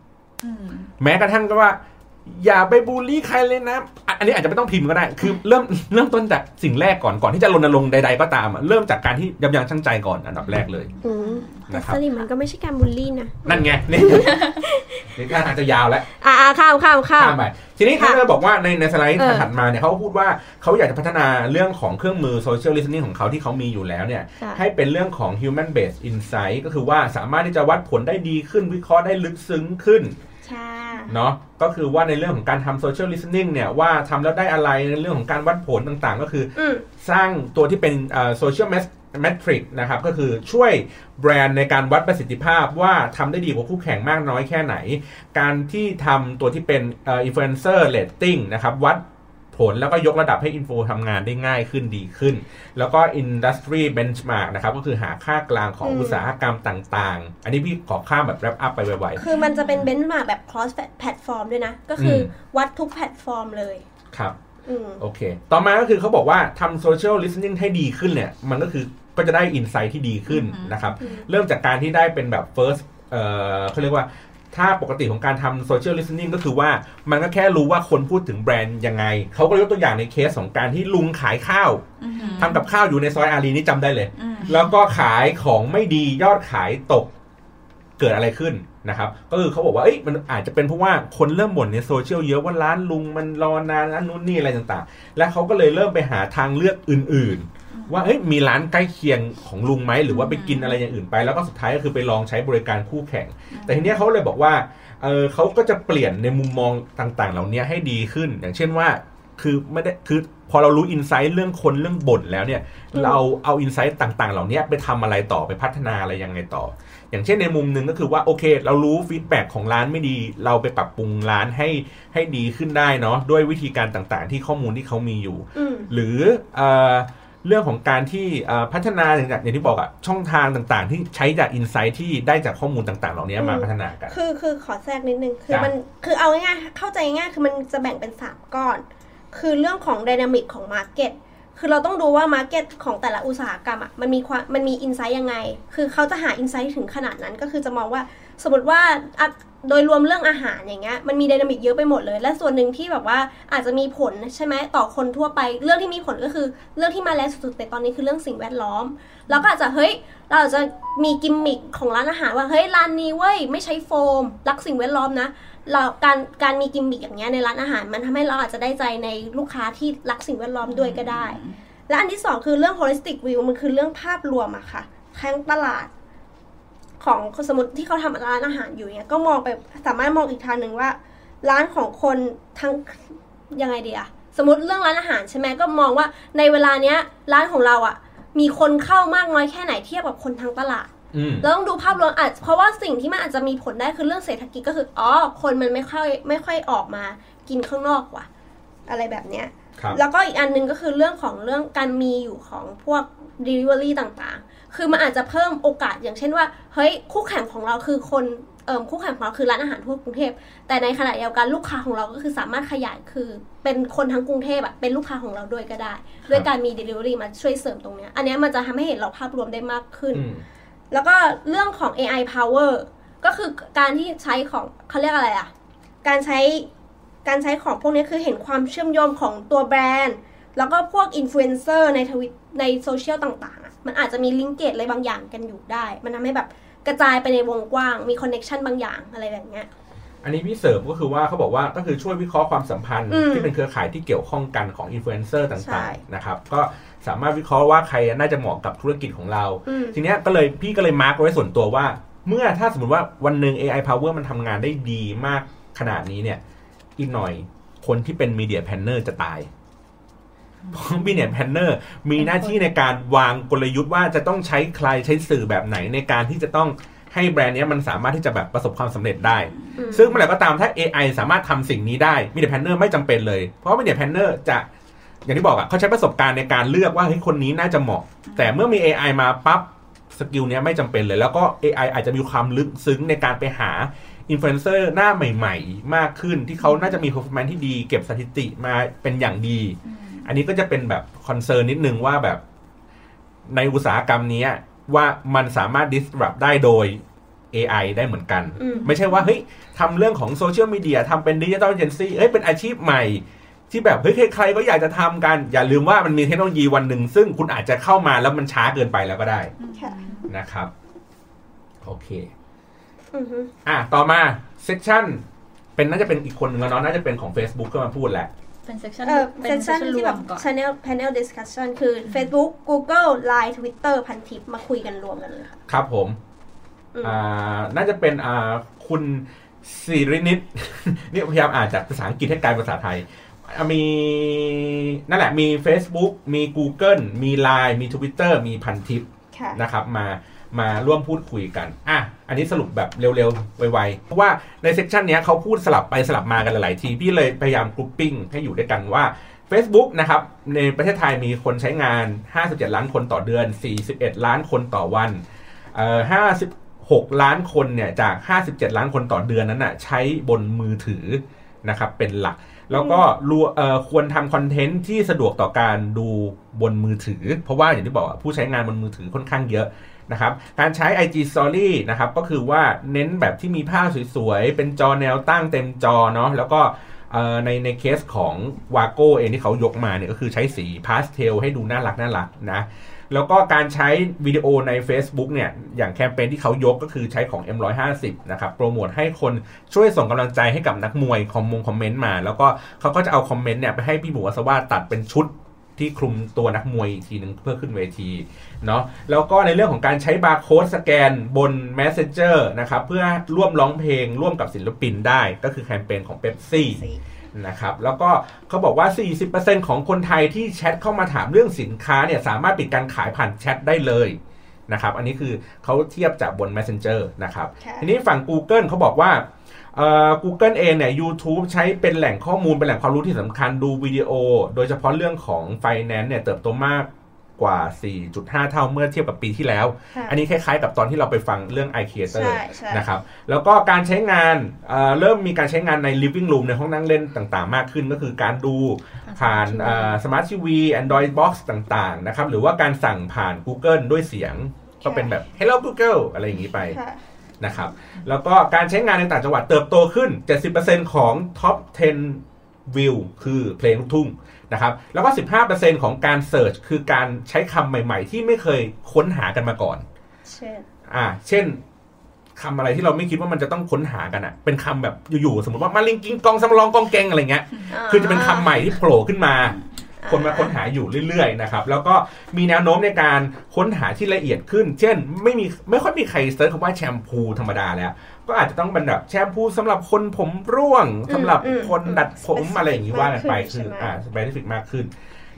[SPEAKER 1] แม้กระทั่งก็ว่า อย่าไปบูลลี่ใครเลยนะอ่ะ อันนี้อาจจะไม่ต้องพิมพ์ก็ได้ คือเริ่มเริ่มต้นจากสิ่งแรกก่อนก่อนที่จะรณรงค์ใดๆก็ตามอะเริ่มจากการที่ยับยั้งชั่งใจก่อนอันดับแรกเลย
[SPEAKER 3] อืมแต่
[SPEAKER 1] นะครับ
[SPEAKER 3] สลิมมันก็ไม่ใช่การบูลลี่นะ
[SPEAKER 1] นั่นไง นี่นี่ท่าทางจะยาวแล้ว
[SPEAKER 3] อ่าข้ามข้ามข้าม
[SPEAKER 1] ข้ามไปทีนี้
[SPEAKER 3] ค่ะ
[SPEAKER 1] เขาเลยบอกว่าในในสไลด์
[SPEAKER 3] เออ
[SPEAKER 1] ถัดมาเนี่ยเขาก็พูดว่าเขาอยากจะพัฒนาเรื่องของเครื่องมือ social listening ของเขาที่เขามีอยู่แล้วเนี่ย
[SPEAKER 3] ค่ะ
[SPEAKER 1] ให้เป็นเรื่องของ human based insight ก็คือว่าสามารถที่จะวัดผลได้ดีขึ้น วิเคราะห์ได้ลึกซึ้งขึ้น
[SPEAKER 3] ใช่
[SPEAKER 1] เนาะก็คือว่าในเรื่องของการทำ social listening เนี่ย ว่าทำแล้วได้อะไรในเรื่องของการวัดผลต่างๆ ก็คือ
[SPEAKER 3] อืม
[SPEAKER 1] สร้างตัวที่เป็นเอ่อ social mes- metric นะครับ ก็คือช่วยแบรนด์ในการวัดประสิทธิภาพว่าทำได้ดีกว่าคู่แข่งมากน้อยแค่ไหน การที่ทำตัวที่เป็นเอ่อ influencer rating นะครับ วัดผลแล้วก็ยกระดับให้อินโฟทำงานได้ง่ายขึ้นดีขึ้น แล้วก็ industry benchmark นะครับ ก็คือหาค่ากลางของ
[SPEAKER 3] อืม
[SPEAKER 1] อุตสาหกรรมต่างๆ อันนี้พี่ขอข้ามแบบ wrap up ไปไวๆ
[SPEAKER 3] คือมันจะเป็นเบนช์มาร์กแบบ cross platform ด้วยนะ ก็คืออวัดทุกแพลตฟอร์มเลย
[SPEAKER 1] ครับ
[SPEAKER 3] อืม
[SPEAKER 1] โอเค ต่อมาก็คือเขาบอกว่าทำโซเชียลลิสติ้งให้ดีขึ้นเนี่ย มันก็คือก็จะได้อินไซต์ที่ดีขึ้น
[SPEAKER 4] อือฮึ
[SPEAKER 1] นะครับ
[SPEAKER 3] อืม
[SPEAKER 1] เริ่มจากการที่ได้เป็นแบบ first เอ่อเขาเรียกว่า ถ้าปกติของการทำโซเชียลลิสติ้งก็คือว่ามันก็แค่รู้ว่าคนพูดถึงแบรนด์ยังไง เขาก็ยกตัวอย่างในเคสของการที่ลุงขายข้าว
[SPEAKER 4] อือหือ
[SPEAKER 1] ทำกับข้าวอยู่ในซอยอารีนี่จำได้เลย
[SPEAKER 4] อืม
[SPEAKER 1] แล้วก็ขายของไม่ดียอดขายตกเกิดอะไรขึ้นนะครับ ก็คือเขาบอกว่าเอ้ยมันอาจจะเป็นเพราะว่าคนเริ่มบ่นในโซเชียลเยอะว่าร้านลุงมันรอนานร้านนู้นนี่อะไรต่างๆ และเขาก็เลยเริ่มไปหาทางเลือกอื่นๆ ว่าเอ้ยมีร้านใกล้เคียงของลุงไหมหรือว่าไปกินอะไรอย่างอื่นไป แล้วก็สุดท้ายก็คือไปลองใช้บริการคู่แข่ง แต่ทีเนี้ยเขาเลยบอกว่าเออเขาก็จะเปลี่ยนในมุมมองต่างๆ เหล่านี้ให้ดีขึ้น อย่างเช่นว่า คือไม่ได้คือพอเรารู้อินไซต์เรื่องคนเรื่องบทแล้วเนี่ย
[SPEAKER 3] อืม
[SPEAKER 1] เราเอาอินไซต์ต่างๆ เหล่านี้ไปทำอะไรต่อไปพัฒนาอะไรยังไงต่อ อย่างเช่นในมุมหนึ่งก็คือว่าโอเค เรารู้ฟีดแบ็กของร้านไม่ดี เราไปปรับปรุงร้านให้ให้ดีขึ้นได้เนาะด้วยวิธีการต่างๆ ที่ข้อมูลที่เขามีอยู่
[SPEAKER 3] อืม
[SPEAKER 1] หรือเออเรื่องของการที่เอ่อพัฒนาอย่างอย่างที่บอกอะช่องทางต่างๆ ที่ใช้จากอินไซต์ที่ได้จากข้อมูลต่างๆ เหล่านี้มา
[SPEAKER 3] อืม
[SPEAKER 1] พัฒนากัน
[SPEAKER 3] คือคือขอแทรกนิดนึง คือ
[SPEAKER 1] จ้ะ
[SPEAKER 3] มันคือเอาง่ายๆเข้าใจง่ายๆคือมันจะแบ่งเป็นสามก้อน คือเรื่องของดินามิกของมาร์เก็ตคือเราต้องดูว่ามาร์เก็ตของแต่ละอุตสาหกรรมอ่ะมันมีความมันมีอินไซต์ยังไง คือเขาจะหาอินไซต์ถึงขนาดนั้นก็คือจะมองว่าสมมติว่าอ่ะโดยรวมเรื่องอาหารอย่างเงี้ยมันมีดินามิกเยอะไปหมดเลย และส่วนหนึ่งที่แบบว่าอาจจะมีผลใช่ไหมต่อคนทั่วไป เรื่องที่มีผลก็คือเรื่องที่มาแรงสุดๆในตอนนี้คือเรื่องสิ่งแวดล้อม แล้วก็อาจจะเฮ้ย เราอาจจะมีกิมมิคของร้านอาหารว่าเฮ้ยร้านนี้เว้ยไม่ใช้โฟม รักสิ่งแวดล้อมนะเราการการมีกิมมิคอย่างเงี้ยในร้านอาหารมันทำให้เราอาจจะได้ใจในลูกค้าที่รักสิ่งแวดล้อมด้วยก็ได้ และอันที่สองคือเรื่อง holistic view มันคือเรื่องภาพรวมอะค่ะทั้งตลาด ของสมมติที่เขาทำร้านอาหารอยู่เนี่ยก็มองไปสามารถมองอีกทางหนึ่งว่า ร้านของคนทั้งยังไงดีอะสมมติเรื่องร้านอาหารใช่ไหมก็มองว่าในเวลาเนี้ย ร้านของเราอะมีคนเข้ามากน้อยแค่ไหนเทียบกับคนทั้งตลาด
[SPEAKER 1] อืม
[SPEAKER 3] เราต้องดูภาพรวมอาจเพราะว่าสิ่งที่มันอาจจะมีผลได้คือเรื่องเศรษฐกิจก็คืออ๋อคนมันไม่ค่อยไม่ค่อยออกมากินข้างนอกว่ะ อะไรแบบเนี้ย
[SPEAKER 1] ครับ
[SPEAKER 3] แล้วก็อีกอันหนึงก็คือเรื่องของเรื่องการมีอยู่ของพวก Delivery ต่างๆ คือมันอาจจะเพิ่มโอกาสอย่างเช่นว่า เฮ้ย คู่แข่งของเราคือคนเอ่มคู่แข่งของเราคือร้านอาหารทั่วกรุงเทพ แต่ในขณะเดียวกันลูกค้าของเราก็คือสามารถขยายคือเป็นคนทั้งกรุงเทพอะเป็นลูกค้าของเราด้วยก็ได้ ด้วยการมี Delivery มาช่วยเสริมตรงเนี้ย อันเนี้ยมันจะทำให้เห็นเราภาพรวมได้มากขึ้น
[SPEAKER 1] อืม
[SPEAKER 3] แล้วก็เรื่องของ AI power ก็คือการที่ใช้ของเขาเรียกอะไรอะการใช้การใช้ของพวกนี้คือเห็นความเชื่อมโยงของตัวแบรนด์ แล้วก็พวกอินฟลูเอนเซอร์ในทวิตในโซเชียลต่างๆอะมันอาจจะมีลิงเกตอะไรบางอย่างกันอยู่ได้ มันทำให้แบบกระจายไปในวงกว้าง มีคอนเน็ชันบางอย่างอะไรแบบเนี้ย
[SPEAKER 1] อันนี้พี่เสริมก็คือว่าเขาบอกว่าก็คือช่วยวิเคราะห์ความสัมพันธ์
[SPEAKER 3] อืม
[SPEAKER 1] ที่เป็นเครือข่ายที่เกี่ยวข้องกันของอินฟลูเอนเซอร์
[SPEAKER 3] ใช่
[SPEAKER 1] ต่างๆนะครับก็สามารถวิเคราะห์ว่าใครน่าจะเหมาะกับธุรกิจของเรา
[SPEAKER 3] อืม
[SPEAKER 1] ทีเนี้ยก็เลยพี่ก็เลยมาร์กไว้ส่วนตัวว่า เมื่อถ้าสมมติว่าวันหนึ่ง AI power มันทำงานได้ดีมากขนาดนี้เนี่ย อีกหน่อยคนที่เป็น media planner จะตายเพราะ media planner มีหน้าที่ในการวางกลยุทธ์ว่าจะต้องใช้ใครใช้สื่อแบบไหนในการที่จะต้องให้แบรนด์เนี้ยมันสามารถที่จะแบบประสบความสำเร็จได้
[SPEAKER 3] อืม
[SPEAKER 1] ซึ่งเมื่อไหร่ก็ตามถ้า AI สามารถทำสิ่งนี้ได้ media planner ไม่จำเป็นเลย เพราะ media planner จะ อย่างที่บอกอะเขาใช้ประสบการณ์ในการเลือกว่าเฮ้ยคนนี้น่าจะเหมาะ แต่เมื่อมี AI มาปั๊บสกิลเนี้ยไม่จำเป็นเลย แล้วก็ AI อาจจะมีความลึกซึ้งในการไปหาอินฟลูเอนเซอร์หน้าใหม่ ๆ มากขึ้นที่เขาน่าจะมี performance ที่ดี เก็บสถิติมาเป็นอย่างดี อันนี้ก็จะเป็นแบบคอนเซิร์นนิดนึงว่าแบบในอุตสาหกรรมเนี้ยว่ามันสามารถ disrupt ได้โดย AI ได้เหมือนกัน
[SPEAKER 3] อืม
[SPEAKER 1] ไม่ใช่ว่าเฮ้ยทำเรื่องของโซเชียลมีเดียทำเป็นดิจิ t a ลเ g นซี่เอ้ยเป็นอาชีพใหม่ ที่แบบเฮ้ยใครๆก็อยากจะทำกัน อย่าลืมว่ามันมีเทคโนโลยีวันหนึ่ง ซึ่งคุณอาจจะเข้ามาแล้วมันช้าเกินไปแล้วก็ได้
[SPEAKER 3] ค่ะ
[SPEAKER 1] นะครับ โอเค
[SPEAKER 3] อือฮึ
[SPEAKER 1] อ่ะ ต่อมาเซสชันเป็นน่าจะเป็นอีกคนหนึ่งแล้วเนาะน่าจะเป็นของ Facebook ก็มาพูดแหละ
[SPEAKER 5] เป็นเซสชั่น
[SPEAKER 3] เออ
[SPEAKER 5] เป็
[SPEAKER 3] เซ
[SPEAKER 5] น
[SPEAKER 3] ส
[SPEAKER 5] เซส
[SPEAKER 3] ชัน
[SPEAKER 5] ชั่นร
[SPEAKER 3] ที่
[SPEAKER 5] ว
[SPEAKER 3] แบ
[SPEAKER 5] ม
[SPEAKER 3] บ
[SPEAKER 5] ก่อน
[SPEAKER 3] channel panel discussion คือ Facebook Google Line Twitter พันทิปมาคุยกันรวมกันเลยค่ะ
[SPEAKER 1] ครับผม
[SPEAKER 3] อืม
[SPEAKER 1] อ่า น่าจะเป็นอ่าคุณสิรินิต เนี่ยพยายามอ่านจากภาษาอังกฤษให้กลายเป็นภาษาไทยอ่ะมีนั่นแหละมี Facebook มี Google มี Line มี Twitter มีพันทิป
[SPEAKER 3] ค่ะ
[SPEAKER 1] นะครับมามาร่วมพูดคุยกัน อ่ะ อันนี้สรุปแบบเร็วๆ ไวๆ เพราะว่าในเซกชันเนี้ยเขาพูดสลับไปสลับมากันหลายๆที พี่เลยพยายามกรุ๊ปปิ้งให้อยู่ด้วยกันว่า Facebook นะครับ ในประเทศไทยมีคนใช้งาน 57 ล้านคนต่อเดือน 41 ล้านคนต่อวันเอ่อ56 ล้านคนเนี่ยจาก 57 ล้านคนต่อเดือนนั้นน่ะใช้บนมือถือนะครับเป็นหลัก แล้วก็รัวเอ่อควรทำคอนเทนต์ที่สะดวกต่อการดูบนมือถือ เพราะว่าอย่างที่บอกอะผู้ใช้งานบนมือถือค่อนข้างเยอะนะครับการใช้ IG Story นะครับก็คือว่าเน้นแบบที่มีภาพสวยๆ เป็นจอแนวตั้งเต็มจอเนาะแล้วก็เอ่อในในเคสของวาโก้เองที่เขายกมาเนี่ยก็คือใช้สีพาสเทลให้ดูน่ารักน่ารักนะแล้วก็การใช้วิดีโอใน Facebook เนี่ยอย่างแคมเปญที่เขายกก็คือใช้ของ M150 นะครับโปรโมทให้คน ช่วยส่งกำลังใจให้กับนักมวยคอมมงคอมเมนต์มา แล้วก็เขาก็จะเอาคอมเมนต์เนี่ยไปให้พี่หมูอัศวาตัดเป็นชุดที่คลุมตัวนักมวยอีกทีหนึ่งเพื่อขึ้นเวทีเนาะแล้วก็ในเรื่องของการใช้บาร์โค้ดสแกนบน Messenger นะครับเพื่อร่วมร้องเพลงร่วมกับศิลปินได้ก็คือแคมเปญของ Pepsi นะครับแล้วก็เขาบอกว่า 40%ของคนไทยที่แชทเข้ามาถามเรื่องสินค้าเนี่ยสามารถปิดการขายผ่านแชทได้เลยนะครับอันนี้คือเขาเทียบจากบน Messenger นะครับ
[SPEAKER 3] ค่ะ
[SPEAKER 1] ทีนี้ฝั่ง Google เขาบอกว่า เอ่อ Google เองเนี่ย YouTube ใช้เป็นแหล่งข้อมูล เป็นแหล่งความรู้ที่สำคัญดูวิดีโอ โดยเฉพาะเรื่องของ Finance เนี่ย เติบโตมากกว่า 4.5 เท่าเมื่อเทียบกับปีที่แล้ว
[SPEAKER 3] ค่ะ
[SPEAKER 1] อันนี้คล้ายๆกับตอนที่เราไปฟังเรื่อง i c r e a t o r
[SPEAKER 3] ใช่ใช่
[SPEAKER 1] นะครับ แล้วก็การใช้งานเอ่อเริ่มมีการใช้งานใน living room ในห้องนั่งเล่นต่างๆ มากขึ้นก็คือการดูผ่านสมาร์ททีวี Android Box ต่างๆ นะครับ หรือว่าการสั่งผ่าน Google ด้วยเสียง ก็เป็นแบบ Hello Google อะไรอย่างนี้ไป
[SPEAKER 3] ค่ะ
[SPEAKER 1] นะครับแล้วก็การใช้งานในต่างจังหวัดเติบโตขึ้น 70%ของ Top 10 View คือเพลงลูกทุ่งนะครับแล้วก็ 15%ของการเสิร์ชคือการใช้คำใหม่ๆ ที่ไม่เคยค้นหากันมาก่อน
[SPEAKER 3] เช่น
[SPEAKER 1] อ่าเช่นคำอะไรที่เราไม่คิดว่ามันจะต้องค้นหากันอะเป็นคำแบบอยู่ๆ สมมติว่ามาลิงกิงกองสำรองกองแกงอะไรเงี้ยคือจะเป็นคำใหม่ที่โผล่ขึ้นมา คนมาค้นหาอยู่เรื่อยๆนะครับแล้วก็มีแนวโน้มในการค้นหาที่ละเอียดขึ้น เช่น ไม่มีไม่ค่อยมีใครเซิร์ชคำว่าแชมพูธรรมดาแล้ว ก็อาจจะต้องเป็นแบบแชมพูสำหรับคนผมร่วงสำหรับคนดัดผมอะไรอย่างนี้ว่ากันไปคืออ่าสเปซิฟิกมากขึ้น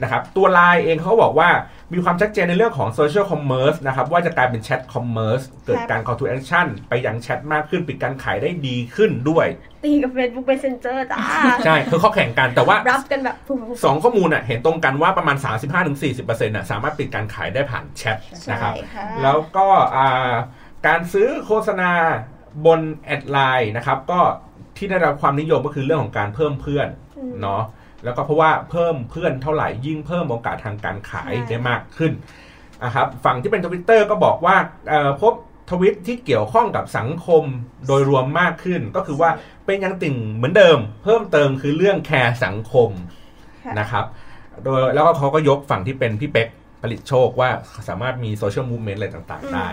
[SPEAKER 1] นะครับตัวไลน์เองเขาบอกว่ามีความชัดเจนในเรื่องของโซเชียลคอมเมอร์สนะครับว่าจะกลายเป็นแชทคอมเมอร์สเกิดการ call to action ไปยังแชทมากขึ้นปิดการขายได้ดีขึ้นด้วย
[SPEAKER 3] ตีกับ Facebook Messenger จ้า
[SPEAKER 1] ใช่คือข้อแข่งกันแต่ว่า
[SPEAKER 3] รับกันแบบปุ๊บ
[SPEAKER 1] สองข้อมูลอ่ะเห็นตรงกันว่าประมาณ 35-40%น่ะสามารถปิดการขายได้ผ่านแชทนะครับ แล้วก็อ่าการซื้อโฆษณาบนแอดไลน์นะครับ ก็ที่ได้รับความนิยมก็คือเรื่องของการเพิ่มเพื่อน
[SPEAKER 3] อืม
[SPEAKER 1] เนาะแล้วก็เพราะว่าเพิ่มเพื่อนเท่าไหร่ยิ่งเพิ่มโอกาสทางการขาย
[SPEAKER 3] ใช่
[SPEAKER 1] ได้มากขึ้นนะครับฝั่งที่เป็นทวิตเตอร์ก็บอกว่าเอ่อพบทวิตที่เกี่ยวข้องกับสังคมโดยรวมมากขึ้น ก็คือว่าเป็นยังติ่งเหมือนเดิม เพิ่มเติมคือเรื่องแคร์สังคม
[SPEAKER 3] ค่ะ
[SPEAKER 1] นะครับ โดยแล้วก็เขาก็ยกฝั่งที่เป็นพี่เป๊กผลิตโชคว่าสามารถมีโซเชียลมูฟเมนต์อะไรต่างๆ ได้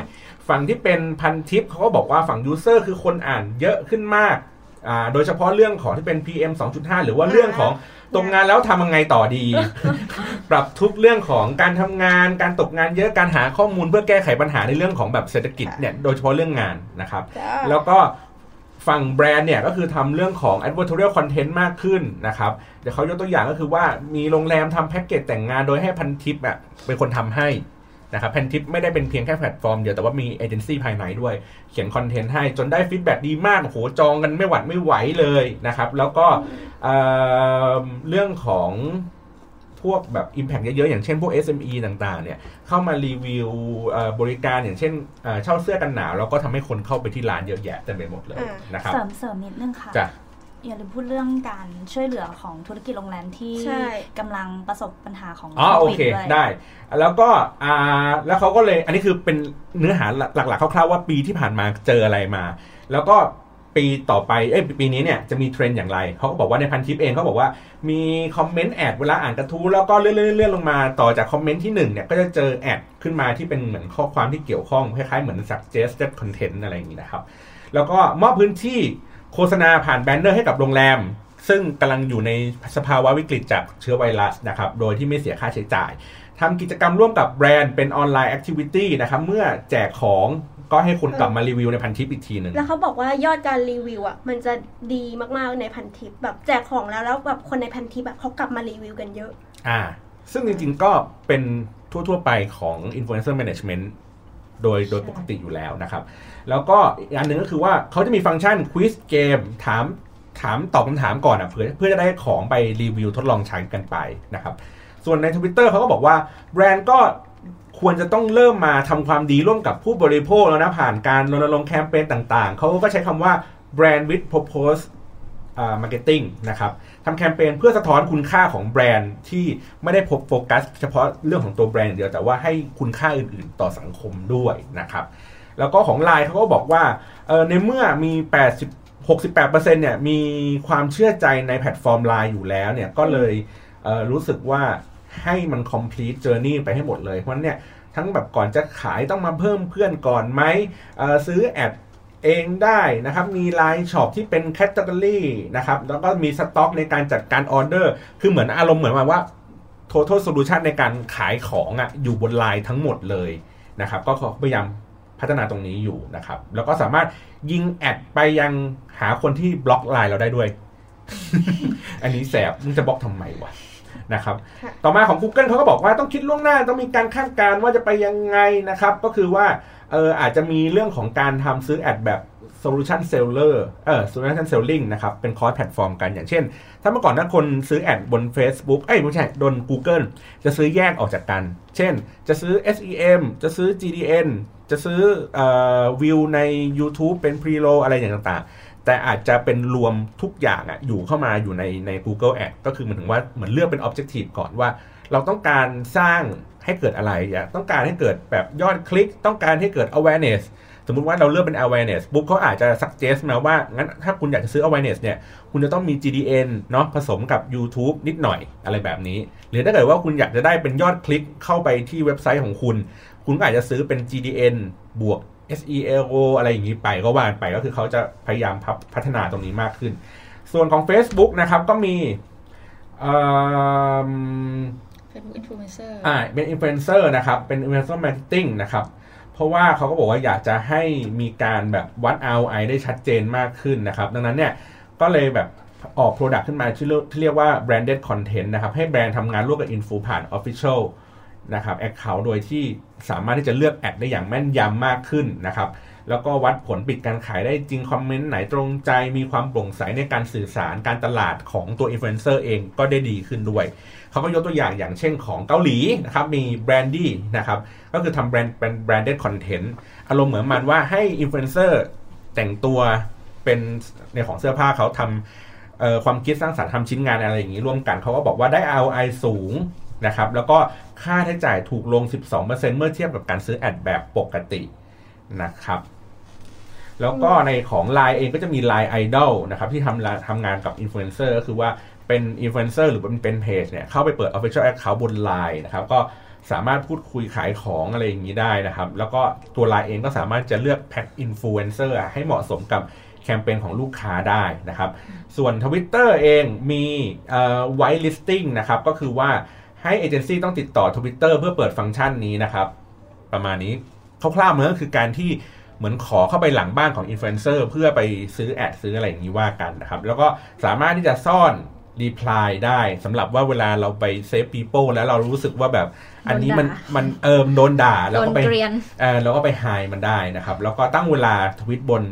[SPEAKER 1] ฝั่งที่เป็นพันทิปเขาก็บอกว่าฝั่งยูเซอร์คือคนอ่านเยอะขึ้นมากอ่าโดยเฉพาะเรื่องของที่เป็น PM 2.5 หรือว่าเรื่องของตรงงานแล้วทำยังไงต่อดี ปรับทุกเรื่องของการทำงาน การตกงานเยอะการหาข้อมูลเพื่อแก้ไขปัญหาในเรื่องของแบบเศรษฐกิจ
[SPEAKER 3] ค่ะ
[SPEAKER 1] เนี่ยโดยเฉพาะเรื่องงานนะครับ
[SPEAKER 3] จ้า
[SPEAKER 1] แล้วก็ฝั่งแบรนด์เนี่ยก็คือทำเรื่องของ advertorial content มากขึ้นนะครับ เดี๋ยวเขายกตัวอย่างก็คือว่ามีโรงแรมทำแพ็กเกจแต่งงานโดยให้พันทิปอ่ะเป็นคนทำให้นะครับพันทิปไม่ได้เป็นเพียงแค่แพลตฟอร์มเดียว แต่ว่ามีเอเจนซี่ภายในด้วย เขียนคอนเทนต์ให้จนได้ฟีดแบ็ดีมากโอ้โหจองกันไม่หวัดไม่ไหวเลยนะครับ แล้วก็เอ่อเรื่องของพวกแบบ Impact เยอะๆ อย่างเช่นพวก SME ต่างๆเนี่ย เข้ามารีวิวเอ่อบริการอย่างเช่นเอ่อเช่าเสื้อกันหนาวแล้วก็ทำให้คนเข้าไปที่ร้านเยอะแยะเต็มไปหมดเลย
[SPEAKER 3] อ่าน
[SPEAKER 1] นะครับ
[SPEAKER 4] เสริมเสริมนิดนึงค่ะ
[SPEAKER 1] จ้ะ
[SPEAKER 4] อย่าลืมพูดเรื่องการช่วยเหลือของธุรกิจโรงแรมที่
[SPEAKER 3] ใช่
[SPEAKER 4] กำลังประสบปัญหาของ
[SPEAKER 1] อ๋อ
[SPEAKER 4] โค
[SPEAKER 1] โอ
[SPEAKER 4] วิด
[SPEAKER 1] เค
[SPEAKER 4] ด้วย
[SPEAKER 1] ได้ แล้วก็อ่าแล้วเขาก็เลยอันนี้คือเป็นเนื้อหาหลักๆคร่าวๆว่าปีที่ผ่านมาเจออะไรมา แล้วก็ ปีต่อไปเอ้ยปีนี้เนี่ยจะมีเทรนด์อย่างไรเขาก็บอกว่าในพันทิปเองเขาบอกว่ามีคอมเมนต์แอดเวลาอ่านกระทู้แล้วก็เลื่อนๆเลื่อนลงมาต่อจากคอมเมนต์ที่หนึ่งเนี่ยก็จะเจอแอดขึ้นมาที่เป็นเหมือนข้อความที่เกี่ยวข้องคล้ายๆเหมือน suggested content อะไรอย่างนี้นะครับ แล้วก็มอบพื้นที่โฆษณาผ่านแบนเนอร์ให้กับโรงแรม ซึ่งกำลังอยู่ในสภาวะวิกฤตจากเชื้อไวรัสนะครับ โดยที่ไม่เสียค่าใช้จ่ายทำกิจกรรมร่วมกับแบรนด์เป็นออนไลน์แอคทิวิตี้นะครับ เมื่อแจกของก็ให้คนกลับมารีวิวในพันทิปอีกทีหนึ่ง
[SPEAKER 3] แล้วเขาบอกว่ายอดการรีวิวอ่ะ มันจะดีมากๆในพันทิปแบบแจกของแล้วแล้วแบบคนในพันทิปแบบเขากลับมารีวิวกันเยอะ
[SPEAKER 1] อ่า ซึ่งจริงๆ ก็เป็นทั่ว ๆ ไปของ influencer management โดยโดยปกติอยู่แล้วนะครับ แล้วก็อีกอันหนึ่งก็คือว่าเขาจะมีฟังก์ชัน quiz เกมถามถามตอบคำถามก่อนอ่ะเพื่อเพื่อจะได้ของไปรีวิวทดลองใช้กันไปนะครับ ส่วนใน Twitter เขาก็บอกว่าแบรนด์ก็ควรจะต้องเริ่มมาทำความดีร่วมกับผู้บริโภคแล้วนะผ่านการรณรงค์แคมเปญต่างๆ เขาก็ใช้คำว่า brand with purpose อ่า marketing นะครับทำแคมเปญเพื่อสะท้อนคุณค่าของแบรนด์ที่ไม่ได้พบโฟกัส เฉพาะเรื่องของตัวแบรนด์อย่างเดียวแต่ว่าให้คุณค่าอื่นๆ ต่อสังคมด้วยนะครับ แล้วก็ของ Line เขาก็บอกว่าเออในเมื่อมี 80 68%เนี่ยมีความเชื่อใจในแพลตฟอร์ม Line อยู่แล้วเนี่ยก็เลยเอ่อรู้สึกว่าให้มัน complete journey ไปให้หมดเลย เพราะฉะนั้นเนี่ยทั้งแบบก่อนจะขายต้องมาเพิ่มเพื่อนก่อนไหมเอ่อซื้อแอดเองได้นะครับ มีไลน์ช็อปที่เป็นแคตตา o r y นะครับ แล้วก็มีสต็อกในการจัดการออเดอร์ คือเหมือนอารมณ์เหมือนแบบว่า total solution ในการขายของอะอยู่บนไลน์ทั้งหมดเลยนะครับ ก็ขอพยายามพัฒนาตรงนี้อยู่นะครับ แล้วก็สามารถยิงแอดไปยังหาคนที่บล็อกไลน์เราได้ด้วย อันนี้แสบมึงจะบล็อกทำไมวะนะครับ
[SPEAKER 3] ค่ะ
[SPEAKER 1] ต่อมาของ Google เขาก็บอกว่าต้องคิดล่วงหน้าต้องมีการคาดการณ์ว่าจะไปยังไงนะครับ ก็คือว่า เอออาจจะมีเรื่องของการทำซื้อแอดแบบ solution seller เออ solution selling นะครับ เป็นคอร์สแพลตฟอร์มกันอย่างเช่น ถ้าเมื่อก่อนถ้าคนซื้อแอดบน Facebook เอ้ยไม่ใช่บน Google จะซื้อแยกออกจากกัน เช่น จะซื้อ SEM จะซื้อ GDN จะซื้อเอ่อวิวใน YouTube เป็น Prelo อะไรอย่างต่างๆ แต่อาจจะเป็นรวมทุกอย่างอะอยู่เข้ามาอยู่ในใน Google Ad ก็คือเหมือนถึงว่าเหมือนเลือกเป็น Objective ก่อนว่า เราต้องการสร้างให้เกิดอะไรอยากต้องการให้เกิดแบบยอดคลิก ต้องการให้เกิด awareness สมมุติว่าเราเลือกเป็น awareness ปุ๊บเขาอาจจะ suggest มาว่า งั้นถ้าคุณอยากจะซื้อ awareness เนี่ย คุณจะต้องมี GDN เนาะผสมกับ YouTube นิดหน่อยอะไรแบบนี้ หรือถ้าเกิดว่าคุณอยากจะได้เป็นยอดคลิกเข้าไปที่เว็บไซต์ของคุณ คุณก็อาจจะซื้อเป็น GDN บวก SEO อะไรอย่างนี้ไปก็ว่ากันไปก็คือเขาจะพยายามพัฒพัฒนาตรงนี้มากขึ้น ส่วนของ Facebook นะครับก็มีเอิ่ม
[SPEAKER 5] Facebook influencer
[SPEAKER 1] อ่าเป็นอินฟลูเอนเซอร์นะครับ เป็นอินฟลูเอนเซอร์มาร์เก็ตติ้งนะครับ เพราะว่าเขาก็บอกว่าอยากจะให้มีการแบบวัด ROI ได้ชัดเจนมากขึ้นนะครับ ดังนั้นเนี่ย ก็เลยแบบออก Product ขึ้นมาที่เรียกที่เรียกว่า branded content นะครับ ให้แบรนด์ทำงานร่วมกับ Info ผ่าน Official นะครับ Account โดยที่สามารถที่จะเลือกแอดได้อย่างแม่นยำมากขึ้นนะครับ แล้วก็วัดผลปิดการขายได้จริงคอมเมนต์ไหนตรงใจ มีความโปร่งใสในการสื่อสารการตลาดของตัวอินฟลูเอนเซอร์เองก็ได้ดีขึ้นด้วย เขาก็ยกตัวอย่างอย่างเช่นของเกาหลีนะครับ มีแบรนดี้นะครับ ก็คือทำแบรนด์เป็นแบรนด์เดคอนเทนต์อารมณ์เหมือนมันว่าให้อินฟลูเอนเซอร์แต่งตัวเป็นในของเสื้อผ้าเขาทำเอ่อความคิดสร้างสรรค์ทำชิ้นงานอะไรอย่างนี้ร่วมกัน เขาก็บอกว่าได้ ROI สูงนะครับ แล้วก็ค่าใช้จ่ายถูกลง 12%เมื่อเทียบกับการซื้อแอดแบบปกตินะครับ แล้วก็ในของ Line เองก็จะมี Line Idol นะครับที่ทำละทำงานกับอินฟลูเอนเซอร์ก็คือว่าเป็นอินฟลูเอนเซอร์หรือเป็นเป็นเพจเนี่ยเข้าไปเปิด Official Account บน Line นะครับก็สามารถพูดคุยขายของอะไรอย่างนี้ได้นะครับ แล้วก็ตัว Line เองก็สามารถจะเลือกแพ็คอินฟลูเอนเซอร์ให้เหมาะสมกับแคมเปญของลูกค้าได้นะครับ ส่วน Twitter เองมีเอ่อ white listing นะครับก็คือว่าให้เอเจนซี่ต้องติดต่อ Twitter เพื่อเปิดฟังก์ชันนี้นะครับ ประมาณนี้คร่าวๆมันก็คือการที่เหมือนขอเข้าไปหลังบ้านของอินฟลูเอนเซอร์เพื่อไปซื้อแอดซื้ออะไรอย่างนี้ว่ากันนะครับ แล้วก็สามารถที่จะซ่อนรีプライได้สำหรับว่าเวลาเราไปเซฟ people แล้วเรารู้สึกว่าแบบ อันนี้มัน
[SPEAKER 2] โดนด่า
[SPEAKER 1] มั
[SPEAKER 2] มั
[SPEAKER 1] นเอิมโดนด่า
[SPEAKER 2] โด
[SPEAKER 1] แล้ว
[SPEAKER 2] น
[SPEAKER 1] ก็ไป
[SPEAKER 2] เกรียน
[SPEAKER 1] เออเราก็ไปไฮมันได้นะครับ แล้วก็ตั้งเวลาทวิตบน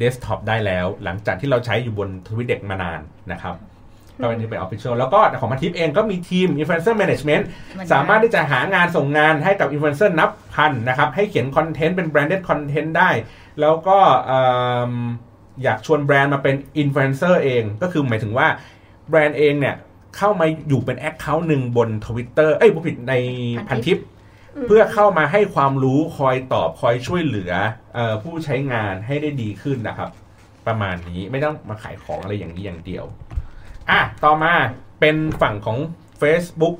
[SPEAKER 1] เดสก์ท็อปได้แล้ว หลังจากที่เราใช้อยู่บนทวิตเด็กมานานนะครับก็อันนี้เป็นออฟฟิเชียลแล้วก็ของมาทิปเองก็มีทีม Influencer Management สามารถที่จะหางานส่งงานให้กับ Influencer นับพันนะครับ ให้เขียนคอนเทนต์เป็น Branded Content ได้ แล้วก็เอิ่มอยากชวนแบรนด์มาเป็น Influencer เอง ก็คือหมายถึงว่าแบรนด์เองเนี่ย เข้ามาอยู่เป็น Account หนึ่งบน Twitter เอ้ยผมผิดใน
[SPEAKER 5] พั
[SPEAKER 1] พั
[SPEAKER 5] น
[SPEAKER 1] น
[SPEAKER 5] ทิ
[SPEAKER 1] ทิ
[SPEAKER 5] ป
[SPEAKER 1] ป เพื่อเข้ามาให้ความรู้คอยตอบคอยช่วยเหลือเออผู้ใช้งานให้ได้ดีขึ้นนะครับ ป ประมาณนี้ไม่ต้องมาขายของอะไรอย่างนี้อย่างเดียว อ่ะ ต่อมาเป็นฝั่งของ Facebook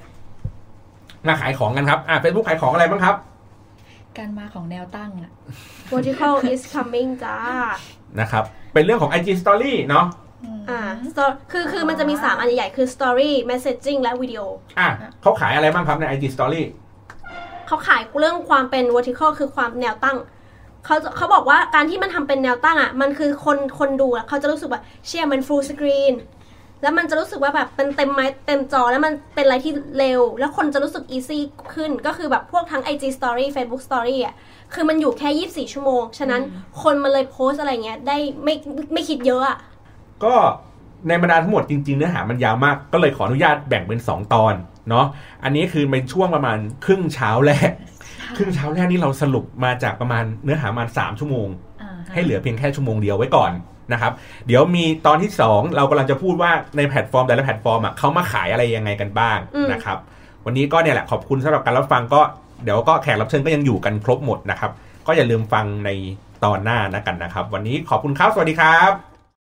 [SPEAKER 1] มาขายของกันครับ อ่ะ Facebook ขายของอะไรบ้างครับ
[SPEAKER 5] การมาของแนวตั้งอะ
[SPEAKER 3] vertical is coming จ้า
[SPEAKER 1] นะครับ เป็นเรื่องของ IG Story เนาะ
[SPEAKER 3] อ่า Story คือคือมันจะมี 3 อันใหญ่ๆคือ story messaging และวิดีโอ
[SPEAKER 1] อ่ะเขาขายอะไรบ้างครับใน IG Story
[SPEAKER 3] เขาขายเรื่องความเป็น vertical คือความแนวตั้ง เขาเขาบอกว่าการที่มันทำเป็นแนวตั้งอ่ะ มันคือคนคนดูอ่ะเขาจะรู้สึกว่าเชียมัน full screen แล้วมันจะรู้สึกว่าแบบเป็นเต็มไม้เต็มจอแล้วมันเป็นอะไรที่เร็ว แล้วคนจะรู้สึก easy ขึ้นก็คือแบบพวกทั้ง IG Story Facebook Story อ่ะ คือมันอยู่แค่ 24 ชั่วโมง ฉะนั้นคนมันเลยโพสต์อะไรเงี้ยได้ไม่ไม่คิดเยอะอ่ะ
[SPEAKER 1] ก็ในบรรดาทั้งหมดจริง ๆ เนื้อหามันยาวมากก็เลยขออนุญาตแบ่งเป็น 2 ตอนเนาะอันนี้คือเป็นช่วงประมาณครึ่งเช้าแรก ครึ่งเช้าแรกนี่เราสรุปมาจากประมาณเนื้อหาประมาณ3ชั่วโมง
[SPEAKER 5] อ่าฮะ
[SPEAKER 1] ให้เหลือเพียงแค่ชั่วโมงเดียวไว้ก่อนนะครับ เดี๋ยวมีตอนที่ 2 เรากำลังจะพูดว่าในแพลตฟอร์มแต่ละแพลตฟอร์มอ่ะเขามาขายอะไรยังไงกันบ้าง
[SPEAKER 3] อืม
[SPEAKER 1] นะครับ วันนี้ก็เนี่ยแหละขอบคุณสำหรับการรับฟังก็เดี๋ยวก็แขกรับเชิญก็ยังอยู่กันครบหมดนะครับ ก็อย่าลืมฟังในตอนหน้านะกันนะครับ วันนี้ขอบคุณครับสวัสดีครับ